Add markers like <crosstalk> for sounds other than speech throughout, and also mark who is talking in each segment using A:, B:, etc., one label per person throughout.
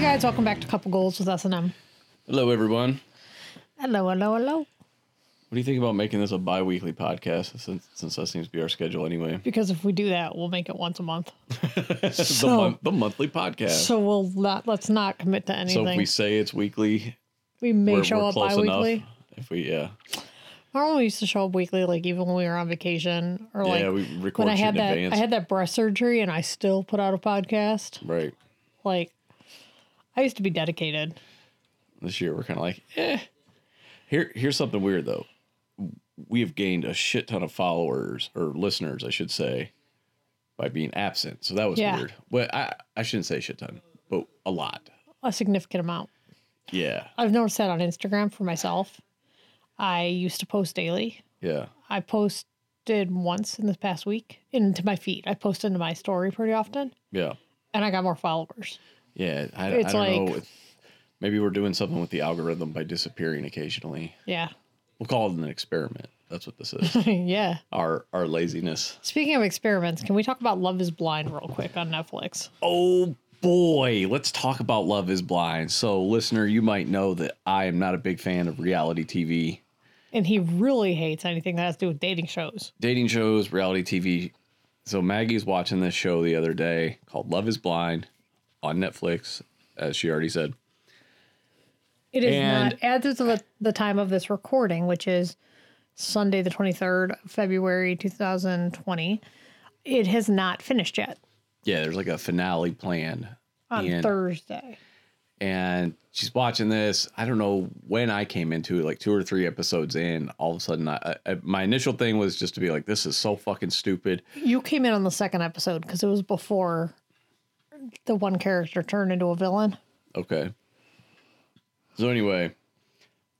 A: guys, welcome back to Couple Goals with S and M.
B: Hello, everyone.
A: Hello, hello, hello.
B: What do you think about making this a bi-weekly podcast since, since that seems to be our schedule anyway? <laughs>
A: Because if we do that, we'll make it once a month.
B: the,
A: So-
B: mon- the monthly podcast. So,
A: So we'll not let's not commit to
B: if
A: anything.
B: we say it's weekly,
A: we,
B: we're,
A: may
B: we're
A: show up
B: close
A: bi-weekly.
B: enough. If we, yeah,
A: Normally, we used to show up weekly, like even when we were on vacation or like
B: yeah, we
A: when
B: record
A: I
B: shit in
A: had that
B: advance,
A: I had that breast surgery, and I still put out a podcast.
B: right?
A: Like, I used to be dedicated.
B: This year, we're kind of like, eh. Here, here's something weird though. We have gained a shit ton of followers or listeners, I should say, by being absent. So that was
A: Yeah.
B: weird. Well, I I shouldn't say shit ton, but a lot.
A: A significant amount.
B: Yeah,
A: I've noticed that on Instagram for myself. I used to post daily.
B: yeah.
A: I posted once in this past week into my feed. I post into my story pretty often,
B: Yeah.
A: and I got more followers.
B: Yeah. I, I
A: It's
B: don't know.
A: like-
B: If, maybe we're doing something with the algorithm by disappearing occasionally.
A: Yeah, <laughs>
B: We'll call it an experiment. That's what this is.
A: yeah.
B: our our laziness.
A: Speaking of experiments, can we talk about Love Is Blind real quick on Netflix?
B: Oh boy, let's talk about Love is Blind. So listener, you might know that I am not a big fan of reality TV.
A: And he really hates anything that has to do with dating shows.
B: dating shows, reality TV. So Maggie's watching this show the other day called Love is Blind on Netflix, as she already said.
A: It is
B: And-
A: not as of the- the time of this recording, which is Sunday the twenty third, February two thousand twenty. It has not finished yet
B: Yeah, there's like a finale planned.
A: on
B: Ian.
A: Thursday.
B: and she's watching this. I don't know when I came into it, like two or three episodes in. All of a sudden, I, I, my initial thing was just to be like, "This is so fucking stupid."
A: You came in on the second episode because it was before the one character turned into a villain.
B: Okay. So anyway,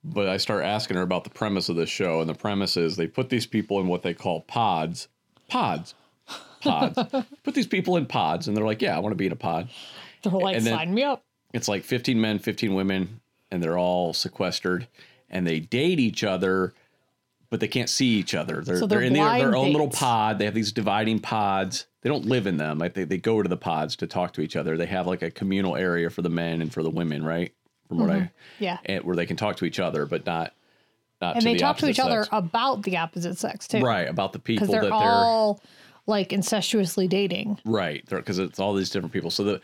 B: but I start asking her about the premise of this show, and the premise is they put these people in what they call pods, pods, pods. put these people in pods, and they're like, "Yeah, I want to be in a pod."
A: They're like,
B: And then-
A: sign me up.
B: it's like 15 men 15 women and they're all sequestered and they date each other but they can't see each other they're,
A: So
B: they're,
A: they're
B: in their,
A: blind
B: their own little
A: dates.
B: pod they have these dividing pods they don't live in them like they, they go to the pods to talk to each other they have like a communal area for the men and for the women right from what i
A: Yeah.
B: and where they can talk to each other but not
A: Mm-hmm.
B: not
A: And
B: to
A: they
B: the
A: talk to
B: opposite
A: each other
B: sex.
A: about the opposite sex too.
B: right about the people
A: Because
B: that
A: they're
B: they're
A: all like incestuously dating.
B: right because it's all these different people so the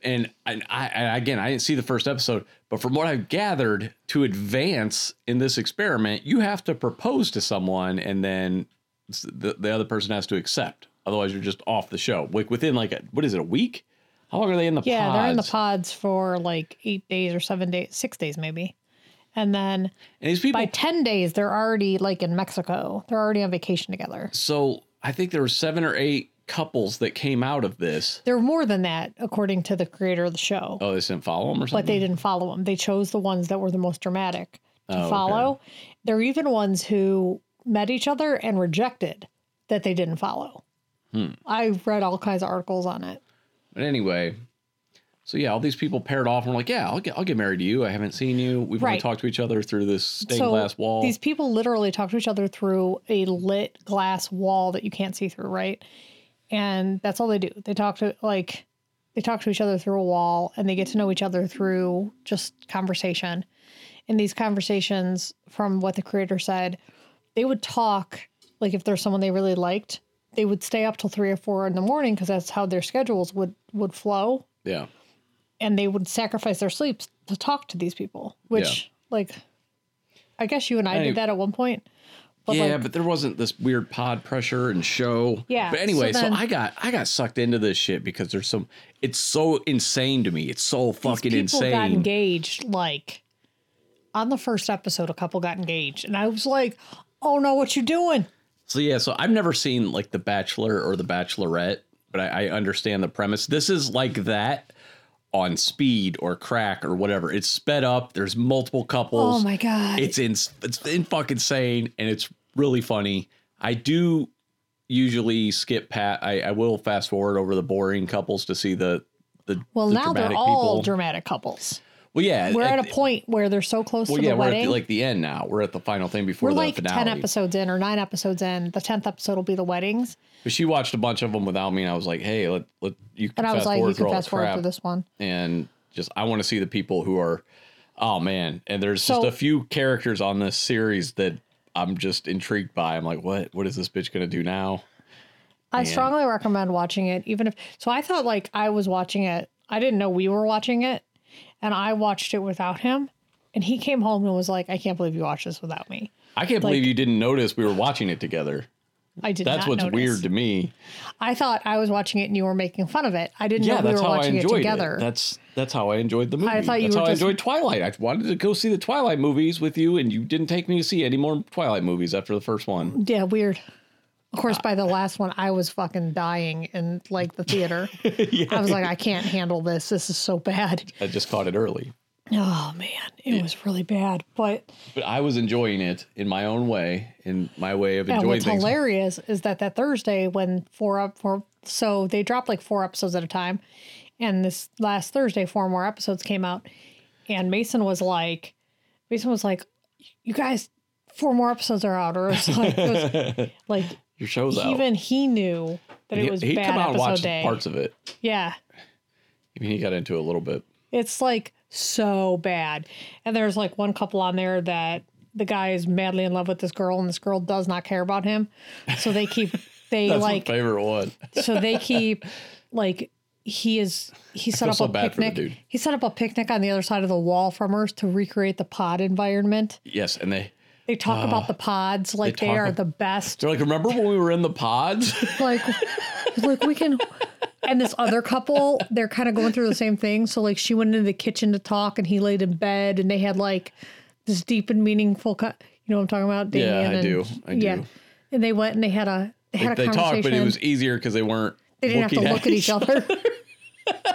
B: and I, I and again i didn't see the first episode but from what i've gathered to advance in this experiment you have to propose to someone and then s- the, the other person has to accept otherwise you're just off the show like within like a, what is it a week how long are they in the
A: Yeah,
B: pods?
A: they're in the pods for like eight days or seven days, six days maybe. And then
B: and these people
A: by 10 days, they're already like in Mexico. They're already on vacation together.
B: so i think there were seven or eight couples that came out of this
A: They're more than that, according to the creator of the show.
B: oh they didn't follow them or something
A: but they didn't follow them. They chose the ones that were the most dramatic to
B: Oh, okay.
A: follow. There are even ones who met each other and rejected that they didn't follow.
B: Hmm.
A: I've read all kinds of articles on it.
B: But anyway, so yeah, all these people paired off and were like, yeah, I'll get, I'll get married to you. I haven't seen you. We've only
A: Right.
B: talked to each other through this stained
A: So
B: glass wall.
A: These people literally talk to each other through a lit glass wall that you can't see through, right? And that's all they do. They talk to like they talk to each other through a wall and they get to know each other through just conversation. And these conversations from what the creator said, they would talk like if there's someone they really liked, they would stay up till 3 or 4 in the morning because that's how their schedules would would flow
B: yeah.
A: and they would sacrifice their sleeps to talk to these people which like i guess you and i
B: Any-
A: did that at one point but
B: yeah,
A: like
B: but there wasn't this weird pod pressure and show.
A: Yeah,
B: But anyway,
A: so
B: so,
A: then-
B: I got I got sucked into this shit because there's some it's so insane to me. It's so fucking
A: people got
B: insane.
A: engaged like on the first episode a couple got engaged and i was like oh no what you doing
B: So yeah, so I've never seen like The Bachelor or The Bachelorette, but I, I understand the premise. This is like that on speed or crack or whatever. It's sped up. There's multiple couples.
A: oh my god
B: it's in it's in fucking insane and it's really funny. I do usually skip pat I, I will fast forward over the boring couples to see the the
A: well
B: the
A: now they're
B: dramatic
A: all
B: people.
A: dramatic couples
B: well yeah
A: we're at
B: at-
A: a point where they're so close
B: well
A: to
B: yeah
A: the
B: we're
A: wedding
B: at the, like the end now we're at the final thing before
A: we're
B: the
A: like
B: finale
A: 10 episodes in or 9 episodes in the 10th episode will be the weddings
B: but she watched a bunch of them without me and I was like hey let let you can
A: and i was
B: fast
A: like
B: forward
A: you
B: through
A: can
B: all the
A: fast forward
B: crap.
A: to this one
B: and just I want to see the people who are oh man. And there's
A: So-
B: just a few characters on this series that I'm just intrigued by. I'm like, what what is this bitch gonna do now?
A: I
B: And-
A: strongly recommend watching it, even if. So I thought like I was watching it. I didn't know we were watching it, and I watched it without him. And he came home and was like, "I can't believe you watched this without me."
B: I can't believe you didn't notice we were watching it together.
A: I did.
B: That's
A: not
B: what's
A: notice.
B: weird to me.
A: I thought I was watching it and you were making fun of it. I didn't know
B: Yeah,
A: we
B: that's
A: were
B: how I
A: watching it
B: enjoyed
A: together.
B: it. That's that's how I enjoyed the movie.
A: I thought you
B: that's
A: were
B: how
A: just-
B: I enjoyed Twilight. I wanted to go see the Twilight movies with you, and you didn't take me to see any more Twilight movies after the first one.
A: yeah, weird. Of
B: Uh,
A: course, by the last one, I was fucking dying in like the
B: <laughs>
A: theater. I was like, I can't handle this. This is so bad.
B: I just caught it early.
A: Oh man, it was really bad. But
B: But I was enjoying it in my own way, in my way of
A: and
B: enjoying
A: what's
B: things.
A: hilarious is that that Thursday when four up four, so they dropped like four episodes at a time, and this last Thursday four more episodes came out, and Mason was like, Mason was like, you guys, four more episodes are out, or it's like, it was <laughs> like
B: Your show's out.
A: even he knew that it was
B: he, he'd
A: bad
B: come out and
A: episode
B: watch
A: day.
B: parts of it.
A: Yeah,
B: I mean, he got into it a little bit.
A: it's like so bad. And there's like one couple on there that the guy is madly in love with this girl, and this girl does not care about him. So they keep they
B: <laughs> That's
A: like
B: my favorite one.
A: so they keep like he is he set
B: feel
A: up
B: so
A: a
B: bad for the
A: picnic.
B: dude.
A: He set up a picnic on the other side of the wall from Earth to recreate the pod environment.
B: Yes, and they
A: They talk about the pods like they,
B: Ah, talk
A: are
B: ab-
A: the best.
B: they're like, remember when we were in the pods?
A: like like we can and this other couple they're kind of going through the same thing so like she went into the kitchen to talk and he laid in bed and they had like this deep and meaningful co- you know what i'm talking about
B: Yeah,
A: Damien
B: I
A: and,
B: do. I do.
A: and they went and they had a they had
B: they
A: a conversation
B: talked, but it was easier because they weren't.
A: they didn't have to
B: looking
A: look at each other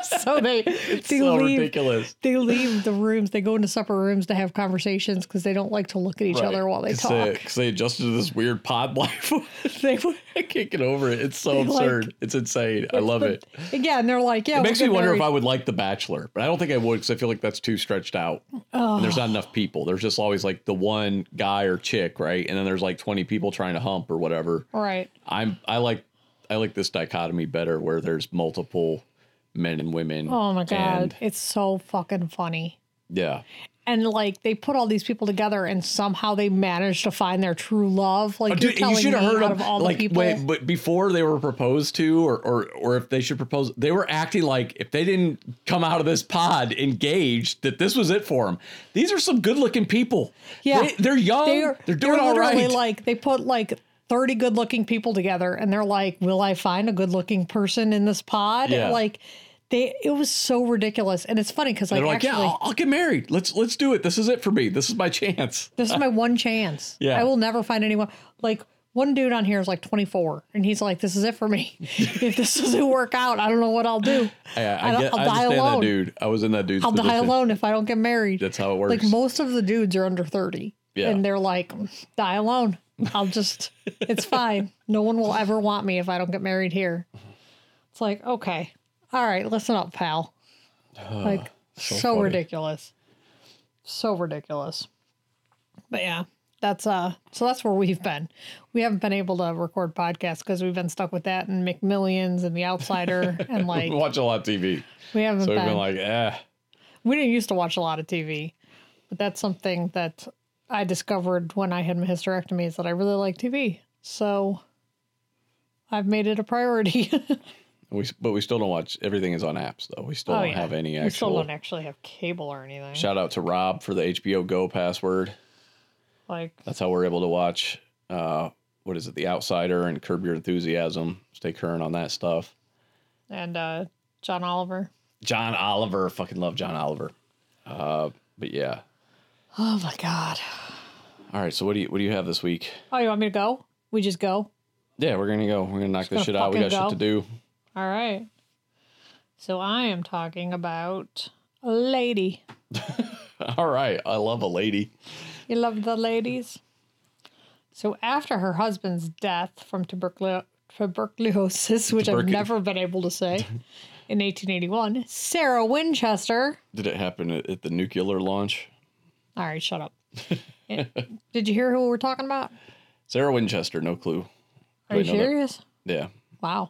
A: so <laughs> they they
B: So
A: leave
B: ridiculous.
A: they leave the rooms they go into separate rooms to have conversations because they don't like to look at each other while they talk
B: Because they, adjusted to this weird pod <laughs> life.
A: <laughs> they were
B: I can't get over it. It's so
A: They, like-
B: absurd. it's insane. I love
A: <laughs>
B: it.
A: yeah and they're like yeah
B: It makes me wonder if I would like The Bachelor, but I don't think I would because I feel like that's too stretched out. And there's not enough people. There's just always like the one guy or chick, right? And then there's like 20 people trying to hump or whatever.
A: right
B: I'm I like I like this dichotomy better where there's multiple men and women.
A: Oh my god,
B: And,
A: it's so fucking funny.
B: yeah.
A: And like they put all these people together, and somehow they managed to find their true love. Like you're
B: Oh, Dude,
A: telling
B: you should have
A: me
B: heard
A: out
B: of,
A: of all
B: like
A: the people.
B: wait, but before they were proposed to, or, or or if they should propose, they were acting like if they didn't come out of this pod engaged, that this was it for them. These are some good-looking people.
A: Yeah.
B: they, they're young. They're, doing all
A: literally,
B: right.
A: Like they put like thirty good-looking people together, and they're like, "Will I find a good-looking person in this pod?"
B: Yeah.
A: Like they, it was so ridiculous, and it's funny because like,
B: they're like, yeah,
A: actually,
B: I'll, I'll get married. Let's let's do it. This is it for me. This is my chance.
A: this is my one chance.
B: Yeah.
A: I will never find anyone like. One dude on here is like 24, and he's like, "This is it for me. <laughs> if this doesn't work out, I don't know what I'll do."
B: I, I,
A: I'll-
B: get,
A: I'll
B: I
A: die
B: understand
A: alone.
B: that dude. I was in that dude's
A: I'll die
B: position.
A: alone if I don't get married.
B: That's how it works.
A: Like most of the dudes are under 30.
B: Yeah.
A: And they're like, die alone. I'll just,
B: <laughs>
A: it's fine. No one will ever want me if I don't get married here. It's like, okay. All right, listen up, pal. Like, so,
B: funny.
A: ridiculous. So ridiculous. But yeah, that's, uh, so that's where we've been. We haven't been able to record podcasts because we've been stuck with that and McMillions and The
B: <laughs>
A: Outsider and like,
B: <laughs> We watch a lot of TV,
A: we haven't
B: so we've
A: been.
B: been like, eh.
A: We didn't used to watch a lot of TV, but that's something that I discovered when I had my hysterectomy is that I really like TV. So I've made it a priority. <laughs>
B: We, but we still don't watch. Everything is on apps, though. We still don't have any
A: Oh, We still
B: actual.
A: don't actually have cable or anything.
B: Shout out to Rob for the HBO Go password.
A: like
B: That's how we're able to watch. Uh, what is it? The Outsider and Curb Your Enthusiasm. Stay current on that stuff.
A: and uh John Oliver.
B: John Oliver, fucking love John Oliver. Uh, but yeah.
A: Oh my god.
B: All right. So what do you what do you have this week?
A: Oh, you want me to go? We just go?
B: Yeah, we're gonna go. We're gonna knock this
A: gonna
B: shit out. We got
A: fucking
B: shit to do.
A: All right. So I am talking about a lady.
B: <laughs> All right. I love a lady.
A: You love the ladies. So after her husband's death from tuberculo- tuberculosis, which I've
B: Tubercu-
A: never been able to say, in 1881, Sarah Winchester.
B: Did it happen at, at the nuclear launch?
A: All right, shut
B: <laughs>
A: up. Eh, Did you hear who we're talking about?
B: Sarah Winchester. No clue.
A: Are you
B: I know that.
A: serious?
B: Yeah.
A: Wow.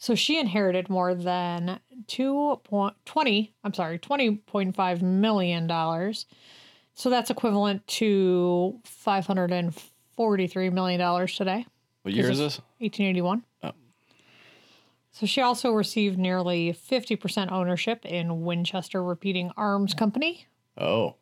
A: So she inherited more than two point twenty. I'm sorry, $20.5 million. So that's equivalent to $543 million today,
B: What year is this?
A: 1881.
B: Oh.
A: So she also received nearly 50% ownership in Winchester Repeating Arms Company.
B: <laughs> Oh.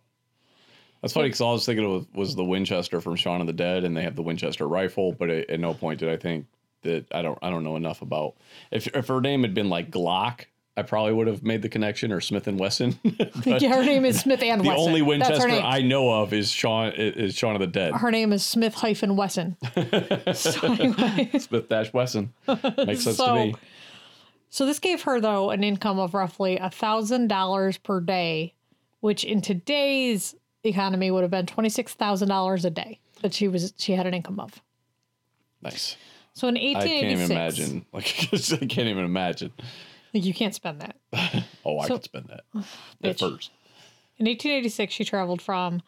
B: That's funny because all I was thinking was, was the Winchester from Shaun of the Dead, and they have the Winchester rifle. But at, at no point did I think that I don't I don't know enough about. If if her name had been like Glock, I probably would have made the connection or Smith and Wesson. <laughs> But
A: yeah, her name is Smith and
B: the
A: Wesson.
B: only
A: That's her
B: Winchester
A: name.
B: I know of is Shaun is Shaun of the Dead.
A: her name is Smith hyphen
B: <laughs>
A: Wesson. <laughs> so, anyway,
B: Smith Dash
A: <laughs>
B: Wesson makes sense
A: So-
B: to me.
A: so this gave her though an income of roughly a thousand dollars per day, which in today's economy would have been twenty six thousand dollars a day that she was she had an income of.
B: Nice.
A: So in
B: I
A: eighteen
B: can't
A: eighty
B: even
A: six,
B: imagine. <laughs> Like I can't even imagine.
A: you can't spend that.
B: Oh, I
A: So-
B: could spend
A: <sighs>
B: that at
A: Bitch.
B: first. <laughs>
A: In 1886, she traveled from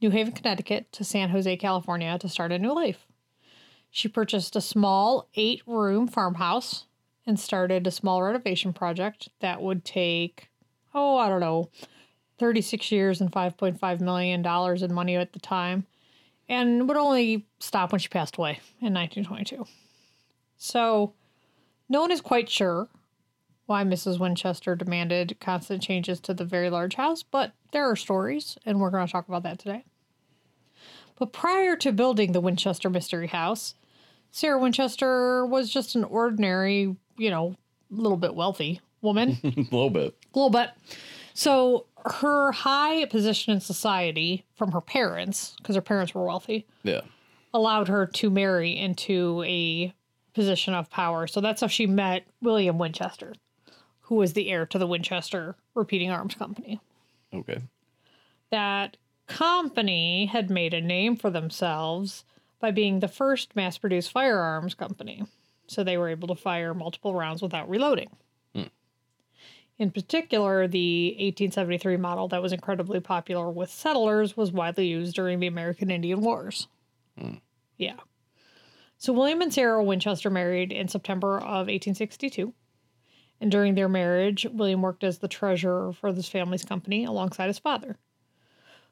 A: New Haven, Connecticut to San Jose, California to start a new life. She purchased a small eight room farmhouse and started a small renovation project that would take, oh, I don't know, 36 years and $5.5 million in money at the time and would only stop when she passed away in 1922. So no one is quite sure why Mrs. Winchester demanded constant changes to the very large house, but there are stories, and we're going to talk about that today. But prior to building the Winchester Mystery House, Sarah Winchester was just an ordinary, you know, little bit wealthy woman
B: a little bit.
A: a little bit. So her high position in society from her parents, because her parents were wealthy,
B: Yeah.
A: allowed her to marry into a position of power. So that's how she met William Winchester, who was the heir to the Winchester Repeating Arms Company.
B: Okay.
A: That company had made a name for themselves by being the first mass produced firearms company. So they were able to fire multiple rounds without reloading. In particular, the 1873 model that was incredibly popular with settlers was widely used during the American Indian Wars. Yeah. So William and Sarah Winchester married in September of 1862. And during their marriage, William worked as the treasurer for this family's company alongside his father.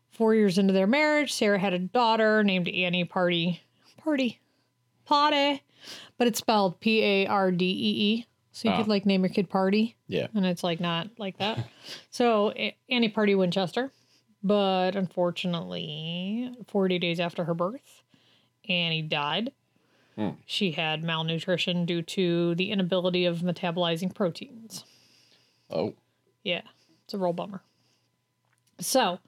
A: Four years into their marriage, Sarah had a daughter named Annie Party. Party. Party. But it's spelled P A R D E E. So you
B: Ah.
A: could like name your kid Party
B: Yeah.
A: and it's like not like that. so A- Annie Party Winchester, but unfortunately, 40 days after her birth, Annie died.
B: Hmm.
A: She had malnutrition due to the inability of metabolizing proteins.
B: Oh.
A: Yeah, it's a real bummer. So,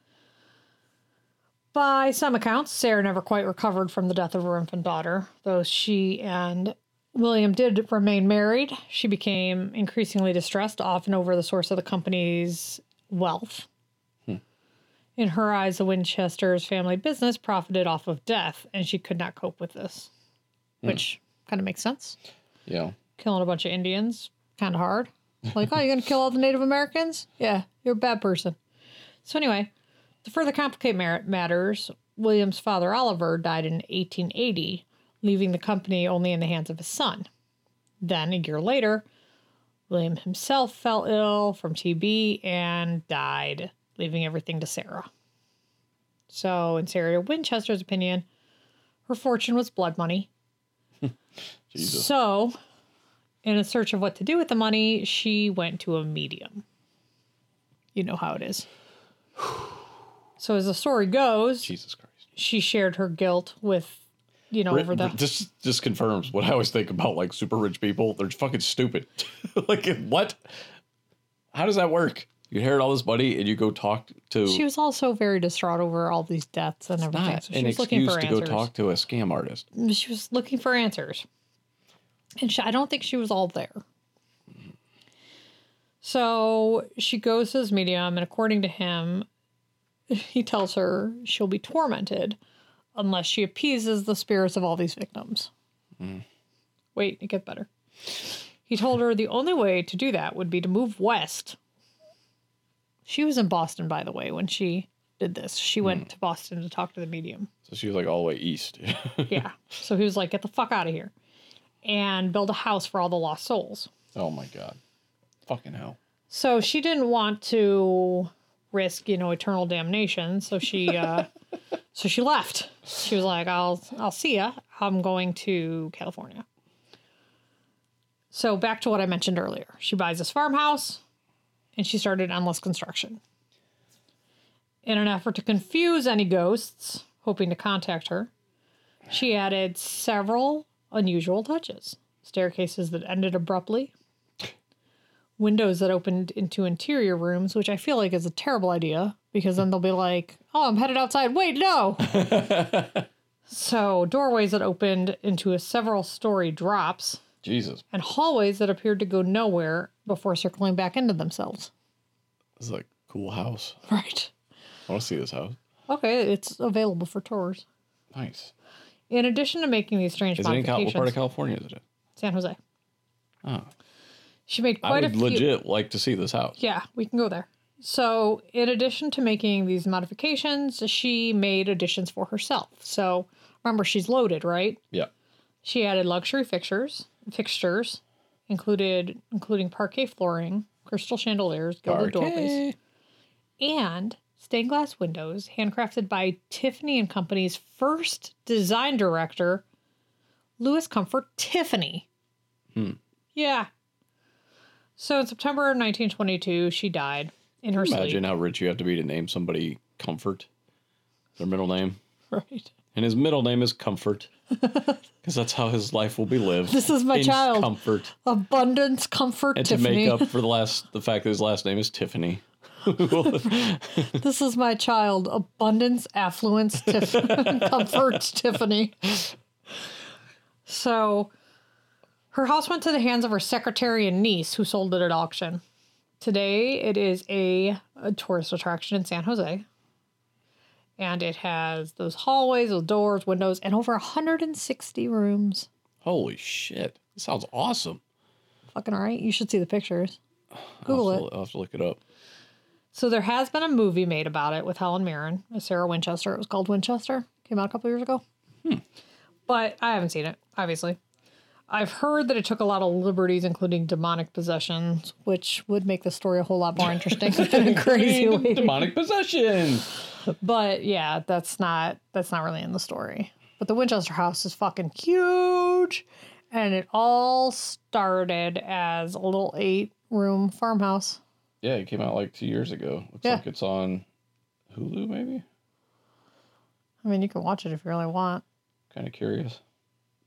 A: by some accounts, Sarah never quite recovered from the death of her infant daughter, though she and William did remain married. She became increasingly distressed, often over the source of the company's wealth. In her eyes, the Winchester's family business profited off of death, and she could not cope with this, which kind of makes sense
B: Yeah.
A: killing a bunch of Indians, kind of hard. Like, oh, you're going to kill all the Native Americans? Yeah, you're a bad person. So, anyway, to further complicate mar- matters, William's father, Oliver, died in 1880, leaving the company only in the hands of his son. Then, a year later, William himself fell ill from TB and died, leaving everything to Sarah. So, in Sarah Winchester's opinion, her fortune was blood money,
B: Jesus.
A: so, in a search of what to do with the money, she went to a medium. You know how it is. So, as the story goes,
B: Jesus Christ.
A: she shared her guilt with, you know,
B: Ri-
A: over the.
B: This just confirms what I always think about like super rich people. They're fucking stupid. <laughs> like what? How does that work? You inherit all this money and you go talk to
A: She was also very distraught over all these deaths and everything.
B: not
A: So she
B: an
A: was looking
B: excuse
A: for
B: to
A: answers.
B: go talk to a scam artist.
A: she was looking for answers. And she, I don't think she was all there. So she goes to this medium, and according to him, he tells her she'll be tormented unless she appeases the spirits of all these victims. Wait, it gets better. He told her the only way to do that would be to move west. She was in Boston, by the way, when she did this. She went to Boston to talk to the medium.
B: So she was like all the way east. <laughs>
A: <laughs> Yeah. So he was like, get the fuck out of here and build a house for all the lost souls.
B: Oh my god. Fucking hell.
A: So she didn't want to risk, you know, eternal damnation. So she, uh, so she left. She was like, "I'll, I'll see ya. I'm going to California." So back to what I mentioned earlier. She buys this farmhouse, and she started endless construction. In an effort to confuse any ghosts hoping to contact her, she added several unusual touches: staircases that ended abruptly, windows that opened into interior rooms, which I feel like is a terrible idea because then they'll be like, oh, I'm headed outside. Wait,
B: <laughs>
A: no. so, doorways that opened into a several story drops
B: Jesus.
A: and hallways that appeared to go nowhere before circling back into themselves.
B: <laughs> This is a cool house.
A: Right.
B: I want to see this house.
A: Okay, it's available for tours.
B: Nice.
A: In addition to making these strange
B: Is it in Cal- what
A: modifications,
B: part of California is it in?
A: San Jose.
B: Oh.
A: She made
B: I
A: quite a
B: would
A: few.
B: legit like to see this house.
A: Yeah, we can go there. So, in addition to making these modifications, she made additions for herself. So, remember, she's loaded, right?
B: Yeah.
A: She added luxury fixtures, fixtures, included including parquet flooring, crystal chandeliers, gilded doorways,
B: Parquet.
A: and stained glass windows handcrafted by Tiffany and Company's first design director, Lewis Comfort Tiffany.
B: Hmm.
A: Yeah. So in September of 1922, she died in her
B: Imagine
A: sleep.
B: how rich you have to be to name somebody Comfort, their middle name.
A: <laughs> Right.
B: And his middle name
A: <laughs>
B: is Comfort, because that's how his life will be lived.
A: This is my
B: In
A: child.
B: Comfort,
A: Abundance, comfort,
B: and
A: Tiffany.
B: to make up for the last, the fact that his last name is Tiffany.
A: This is my child, abundance, affluence, tiff- <laughs> comfort, Tiffany. So her house went to the hands of her secretary and niece, who sold it at auction. Today, it is a, a tourist attraction in San Jose. And it has those hallways, those doors, windows, and over 160 rooms.
B: Holy shit! This sounds awesome.
A: Fucking all right. You should see the pictures.
B: I'll
A: Google
B: have,
A: it.
B: to, I'll have to look it up.
A: So there has been a movie made about it with Helen Mirren, with Sarah Winchester. It was called Winchester. Came out a couple years ago. But I haven't seen it, obviously. I've heard that it took a lot of liberties, including demonic possessions, which would make the story a whole lot more interesting <laughs> than a crazy lady.
B: Demonic possession.
A: But yeah, that's not that's not really in the story. But the Winchester house is fucking huge. And it all started as a little eight room farmhouse.
B: Yeah, it came out like two years ago. Looks
A: Yeah.
B: like it's on Hulu, maybe.
A: I mean you can watch it if you really want.
B: Kind of curious.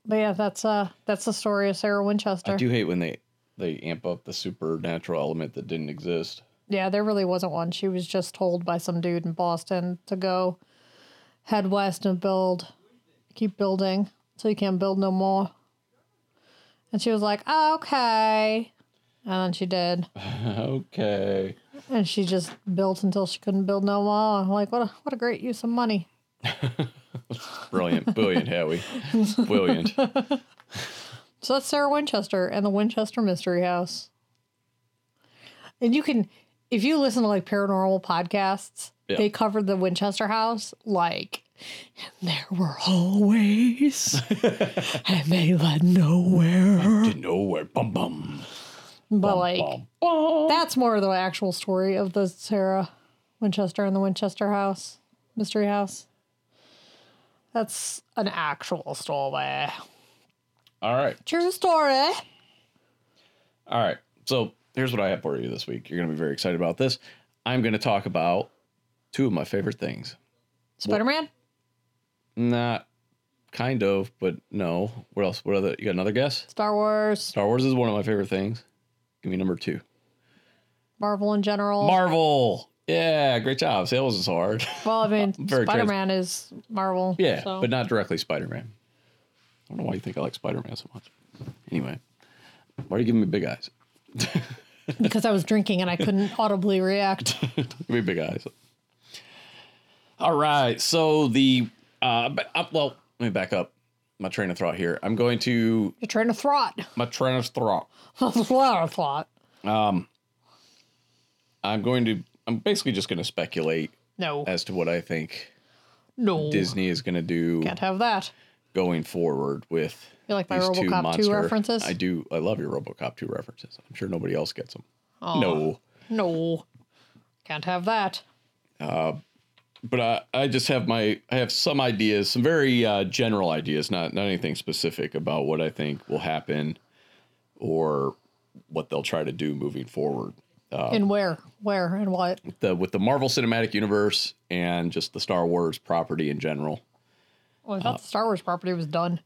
A: But yeah, that's uh that's the story of Sarah
B: I
A: Winchester.
B: do hate when they they amp up the supernatural element that didn't exist. <laughs>
A: Yeah, there really wasn't one. She was just told by some dude in Boston to go head west and build keep building till you can't build no more. And she was like, "Oh, "Okay." And then she did.
B: okay.
A: And she just built until she couldn't build no more. I'm like, what a what a great use of money.
B: Brilliant. Brilliant, Howie. Brilliant. <laughs>
A: So that's Sarah Winchester and the Winchester Mystery House. And you can, if you listen to like paranormal podcasts,
B: Yeah.
A: they covered the Winchester House like there were
B: <laughs>
A: hallways and they led nowhere.
B: to nowhere. Bum bum.
A: But like
B: Bum bum.
A: that's more the actual story of the Sarah Winchester and the Winchester House Mystery House. That's an actual story.
B: All right.
A: True story.
B: All right. So here's what I have for you this week. You're gonna be very excited about this. I'm gonna talk about two of my favorite things.
A: Spider Man?
B: Not kind of, but no. What else? What other you got another guess?
A: Star Wars.
B: Star Wars is one of my favorite things. Give me number two.
A: Marvel in general.
B: Marvel. Yeah, great job. See, that wasn't so hard. <laughs>
A: well, I mean,
B: uh, Very trans-
A: Spider Man is Marvel.
B: Yeah,
A: so.
B: but not directly Spider Man. I don't know why you think I like Spider Man so much. Anyway, why are you giving me big eyes?
A: <laughs> because I was drinking and I couldn't audibly
B: <laughs>
A: react.
B: Give me big eyes. All right. So the uh, but, uh, well, let me back up my train of thought here. I'm going to
A: You're trying to thought.
B: my train of thought.
A: <laughs> That's a lot of thought.
B: I'm going to. I'm basically just going to speculate
A: No,
B: as to what I think
A: no,
B: Disney is going to do
A: can't have that.
B: going forward with
A: You like my
B: these two
A: RoboCop 2
B: monster-
A: references?
B: I do. I love your RoboCop two references. I'm sure nobody else gets them.
A: Aw.
B: No,
A: No. Can't have that.
B: but I, I just have my I have some ideas, some very uh, general ideas, not not anything specific about what I think will happen or what they'll try to do moving forward. Uh,
A: and where? Where and what?
B: The with the Marvel Cinematic Universe and just the Star Wars property in general.
A: Well, Oh, I thought the Star Wars property was done.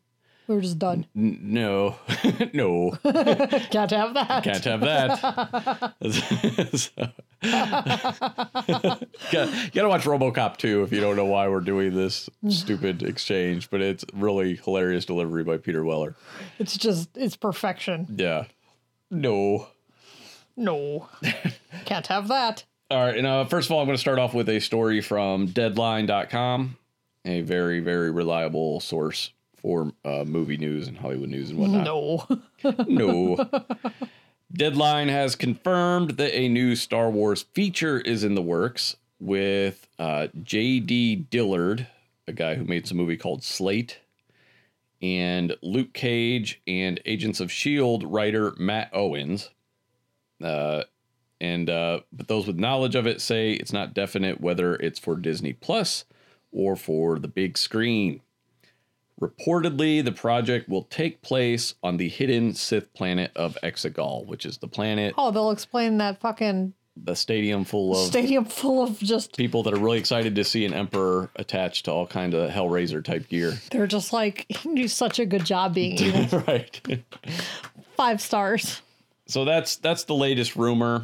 A: We were just done.
B: uh, N- no, <laughs> no,
A: Can't have that.
B: can't have that. <laughs> So- <laughs> gotta, you gotta watch RoboCop 2 if you don't know why we're doing this stupid exchange, but it's really hilarious delivery by Peter Weller.
A: It's just, it's perfection.
B: Yeah. No. <laughs>
A: No. Can't have that.
B: All right. And uh, first of all, I'm going to start off with a story from Deadline.com, a very, very reliable source for uh, movie news and Hollywood news and whatnot.
A: No. <laughs>
B: No. Deadline has confirmed that a new Star Wars feature is in the works with uh, J.D. Dillard, a guy who made some movie called Slate, and Luke Cage and Agents of S.H.I.E.L.D. E writer Matt Owens. Uh, and uh, but those with knowledge of it say it's not definite whether it's for Disney Plus or for the big screen. Reportedly, the project will take place on the hidden Sith planet of Exegol, which is the planet,
A: Oh, they'll explain that fucking
B: the stadium full of
A: stadium full of just,
B: people that are really excited to see an emperor attached to all kind of Hellraiser type gear. <laughs>
A: they're just like, <laughs> you do such a good job being evil.
B: right.
A: Five stars.
B: So that's that's the latest rumor.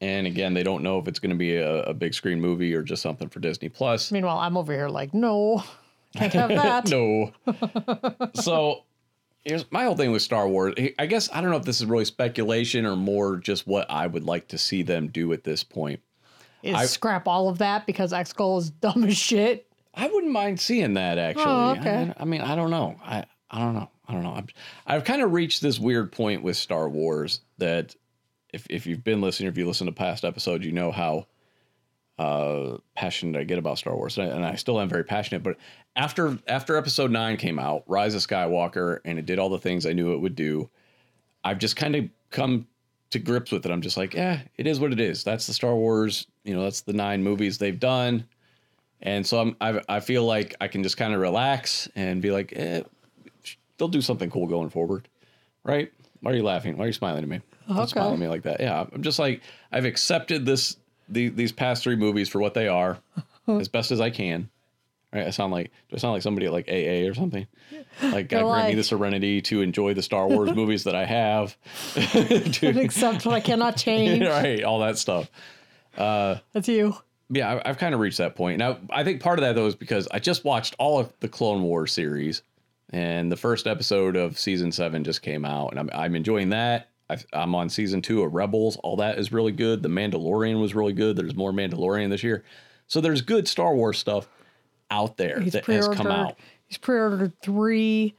B: And again, they don't know if it's going to be a, a big screen movie or just something for Disney Plus.
A: Meanwhile, I'm over here like, no. Can't
B: <laughs>
A: have that.
B: no. so here's my whole thing with Star Wars. I guess I don't know if this is really speculation or more just what I would like to see them do at this point.
A: Is
B: I-
A: scrap all of that because X-Goal is dumb as shit. <laughs>
B: I wouldn't mind seeing that actually.
A: Oh, okay.
B: I, I mean, I don't know. I I don't know. I don't know. I'm, I've kind of reached this weird point with Star Wars that if if you've been listening, if you listen to past episodes, you know how uh passionate I get about Star Wars, and I, and I still am very passionate. But after after Episode Nine came out, Rise of Skywalker, and it did all the things I knew it would do, I've just kind of come to grips with it. I'm just like, yeah, it is what it is. That's the Star Wars. You know, that's the nine movies they've done. And so I'm, I, I feel like I can just kind of relax and be like, eh, they'll do something cool going forward, right? Why are you laughing? Why are you smiling at me? Don't
A: Okay.
B: smile at me like that. Yeah, I'm just like I've accepted this the, these past three movies for what they
A: <laughs>
B: are, as best as I can. Right? I sound like do I sound like somebody at like AA or something? Like
A: <laughs>
B: God
A: They're
B: grant me
A: like-
B: the serenity to enjoy the Star
A: <laughs>
B: Wars movies that I have. <laughs> To-
A: Except what I cannot
B: <laughs>
A: change.
B: right, all that stuff.
A: That's you.
B: Yeah, I, I've kind of reached that point. Now, I think part of that though is because I just watched all of the Clone War series, and the first episode of season seven just came out, and I'm I'm enjoying that. I've, I'm on season two of Rebels. All that is really good. The Mandalorian was really good. There's more Mandalorian this year, so there's good Star Wars stuff out there
A: He's
B: that has
A: pre-ordered.
B: come out.
A: He's pre-ordered three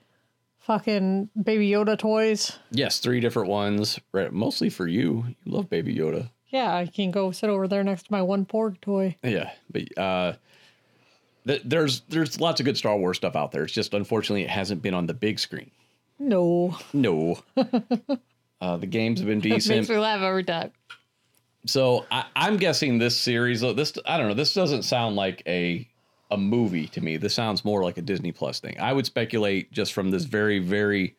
A: fucking Baby Yoda toys.
B: Yes, three different ones, right? Mostly for you. You love Baby Yoda.
A: Yeah, I can go sit over there next to my one Porg toy.
B: Yeah, but uh, th- there's there's lots of good Star Wars stuff out there. It's just unfortunately it hasn't been on the big screen.
A: No,
B: No, <laughs> uh, the games have been
A: <laughs> makes
B: decent.
A: me laugh every time.
B: So I, I'm guessing this series. uh, This I don't know. This doesn't sound like a a movie to me. This sounds more like a Disney Plus thing. I would speculate just from this very very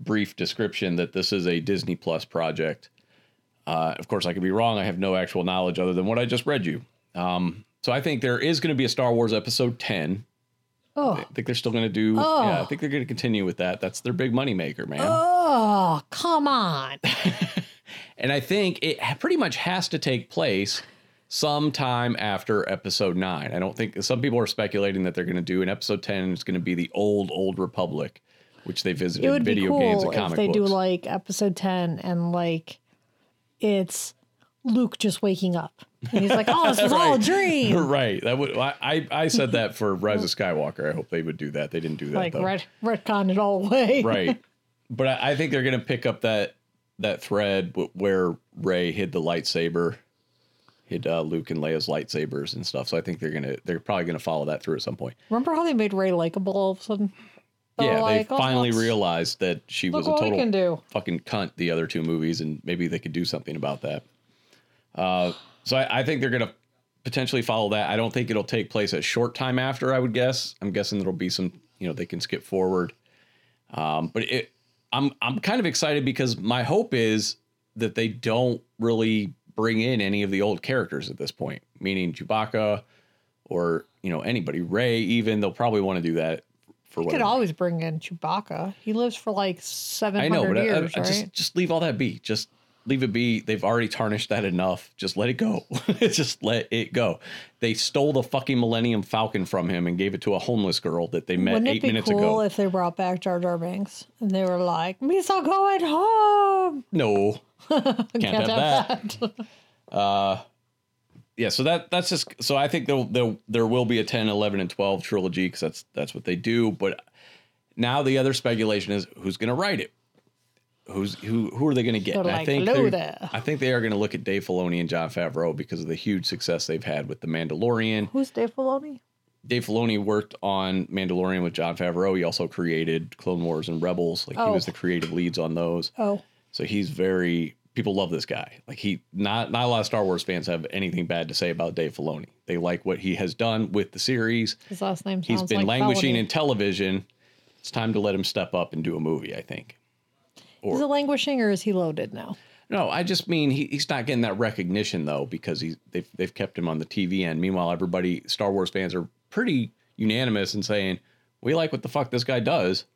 B: brief description that this is a Disney Plus project. Uh, of course, I could be wrong. I have no actual knowledge other than what I just read you. Um, so I think there is going to be a Star Wars Episode Ten.
A: Oh,
B: I think they're still going to do.
A: Oh.
B: Yeah, I think they're going to continue with that. That's their big moneymaker, man.
A: oh, come on.
B: And I think it ha- pretty much has to take place sometime after episode nine. I don't think some people are speculating that they're going to do in episode 10 it's going to be the old, old Republic, which they visited
A: It would be
B: video games
A: cool
B: and
A: if
B: comic
A: they do
B: books.
A: like episode ten and like it's Luke just waking up and he's like,
B: <laughs>
A: "Oh, this was all a
B: Right.
A: dream."
B: <laughs> right. That would, I, I- I said that
A: <laughs>
B: for Rise of Skywalker. I hope they would do that. They didn't do that.
A: Like
B: though.
A: ret- retcon it all away. <laughs>
B: <laughs> right. But I, I think they're going to pick up that, that thread w- where Ray hid the lightsaber. Hid uh, Luke and Leia's lightsabers and stuff, so I think they're gonna they're probably gonna follow that through at some point.
A: Remember how they made Ray likable all of a sudden? They're
B: yeah,
A: like,
B: they
A: "Oh,
B: finally
A: let's-
B: realized that she was
A: Look
B: a
A: what we can
B: total
A: do.
B: fucking cunt the other two movies, and maybe they could do something about that. Uh, so I, I think they're gonna potentially follow that. I don't think it'll take place a short time after. I would guess. I'm guessing there'll be some. You know, they can skip forward. Um, but it, I'm I'm kind of excited because my hope is that they don't really bring in any of the old characters at this point, meaning Chewbacca or you know anybody, Ray. Even they'll probably want to do that for
A: You could
B: whatever.
A: always bring in Chewbacca. He lives for like
B: I
A: seven
B: know,
A: hundred
B: but I- I-
A: years,
B: I
A: right?
B: just just leave all that be. Just leave it be. They've already tarnished that enough. Just let it go. <laughs> just let it go. They stole the fucking Millennium Falcon from him and gave it to a homeless girl that they met
A: Wouldn't
B: eight
A: it be
B: minutes
A: cool
B: ago.
A: if they brought back Jar Jar Binks and they were like, "Me's all going home."
B: no, can't, have, that.
A: that. <laughs>
B: Uh, Yeah, so that that's just so I think there there there will be a 10, 11, and twelve trilogy because that's that's what they do. But now the other speculation is who's going to write it. Who's who? Who are they going to get?
A: They're
B: And I
A: like,
B: think
A: "Hello
B: they're-
A: there."
B: I think they are going to look at Dave Filoni and John Favreau because of the huge success they've had with the Mandalorian.
A: Who's Dave Filoni?
B: Dave Filoni worked on Mandalorian with John Favreau. He also created Clone Wars and Rebels. Like he
A: Oh.
B: was the creative leads on those.
A: Oh,
B: So he's very people love this guy. Like he not not a lot of Star Wars fans have anything bad to say about Dave Filoni. They like what he has done with the series.
A: his last name sounds
B: He's been
A: like
B: languishing
A: felony.
B: in television. It's time to let him step up and do a movie, I think.
A: Is it languishing or is he loaded now?
B: No, I just mean he, he's not getting that recognition though because he's they've they've kept him on the TV end. Meanwhile, everybody Star Wars fans are pretty unanimous in saying we like what the fuck this guy does.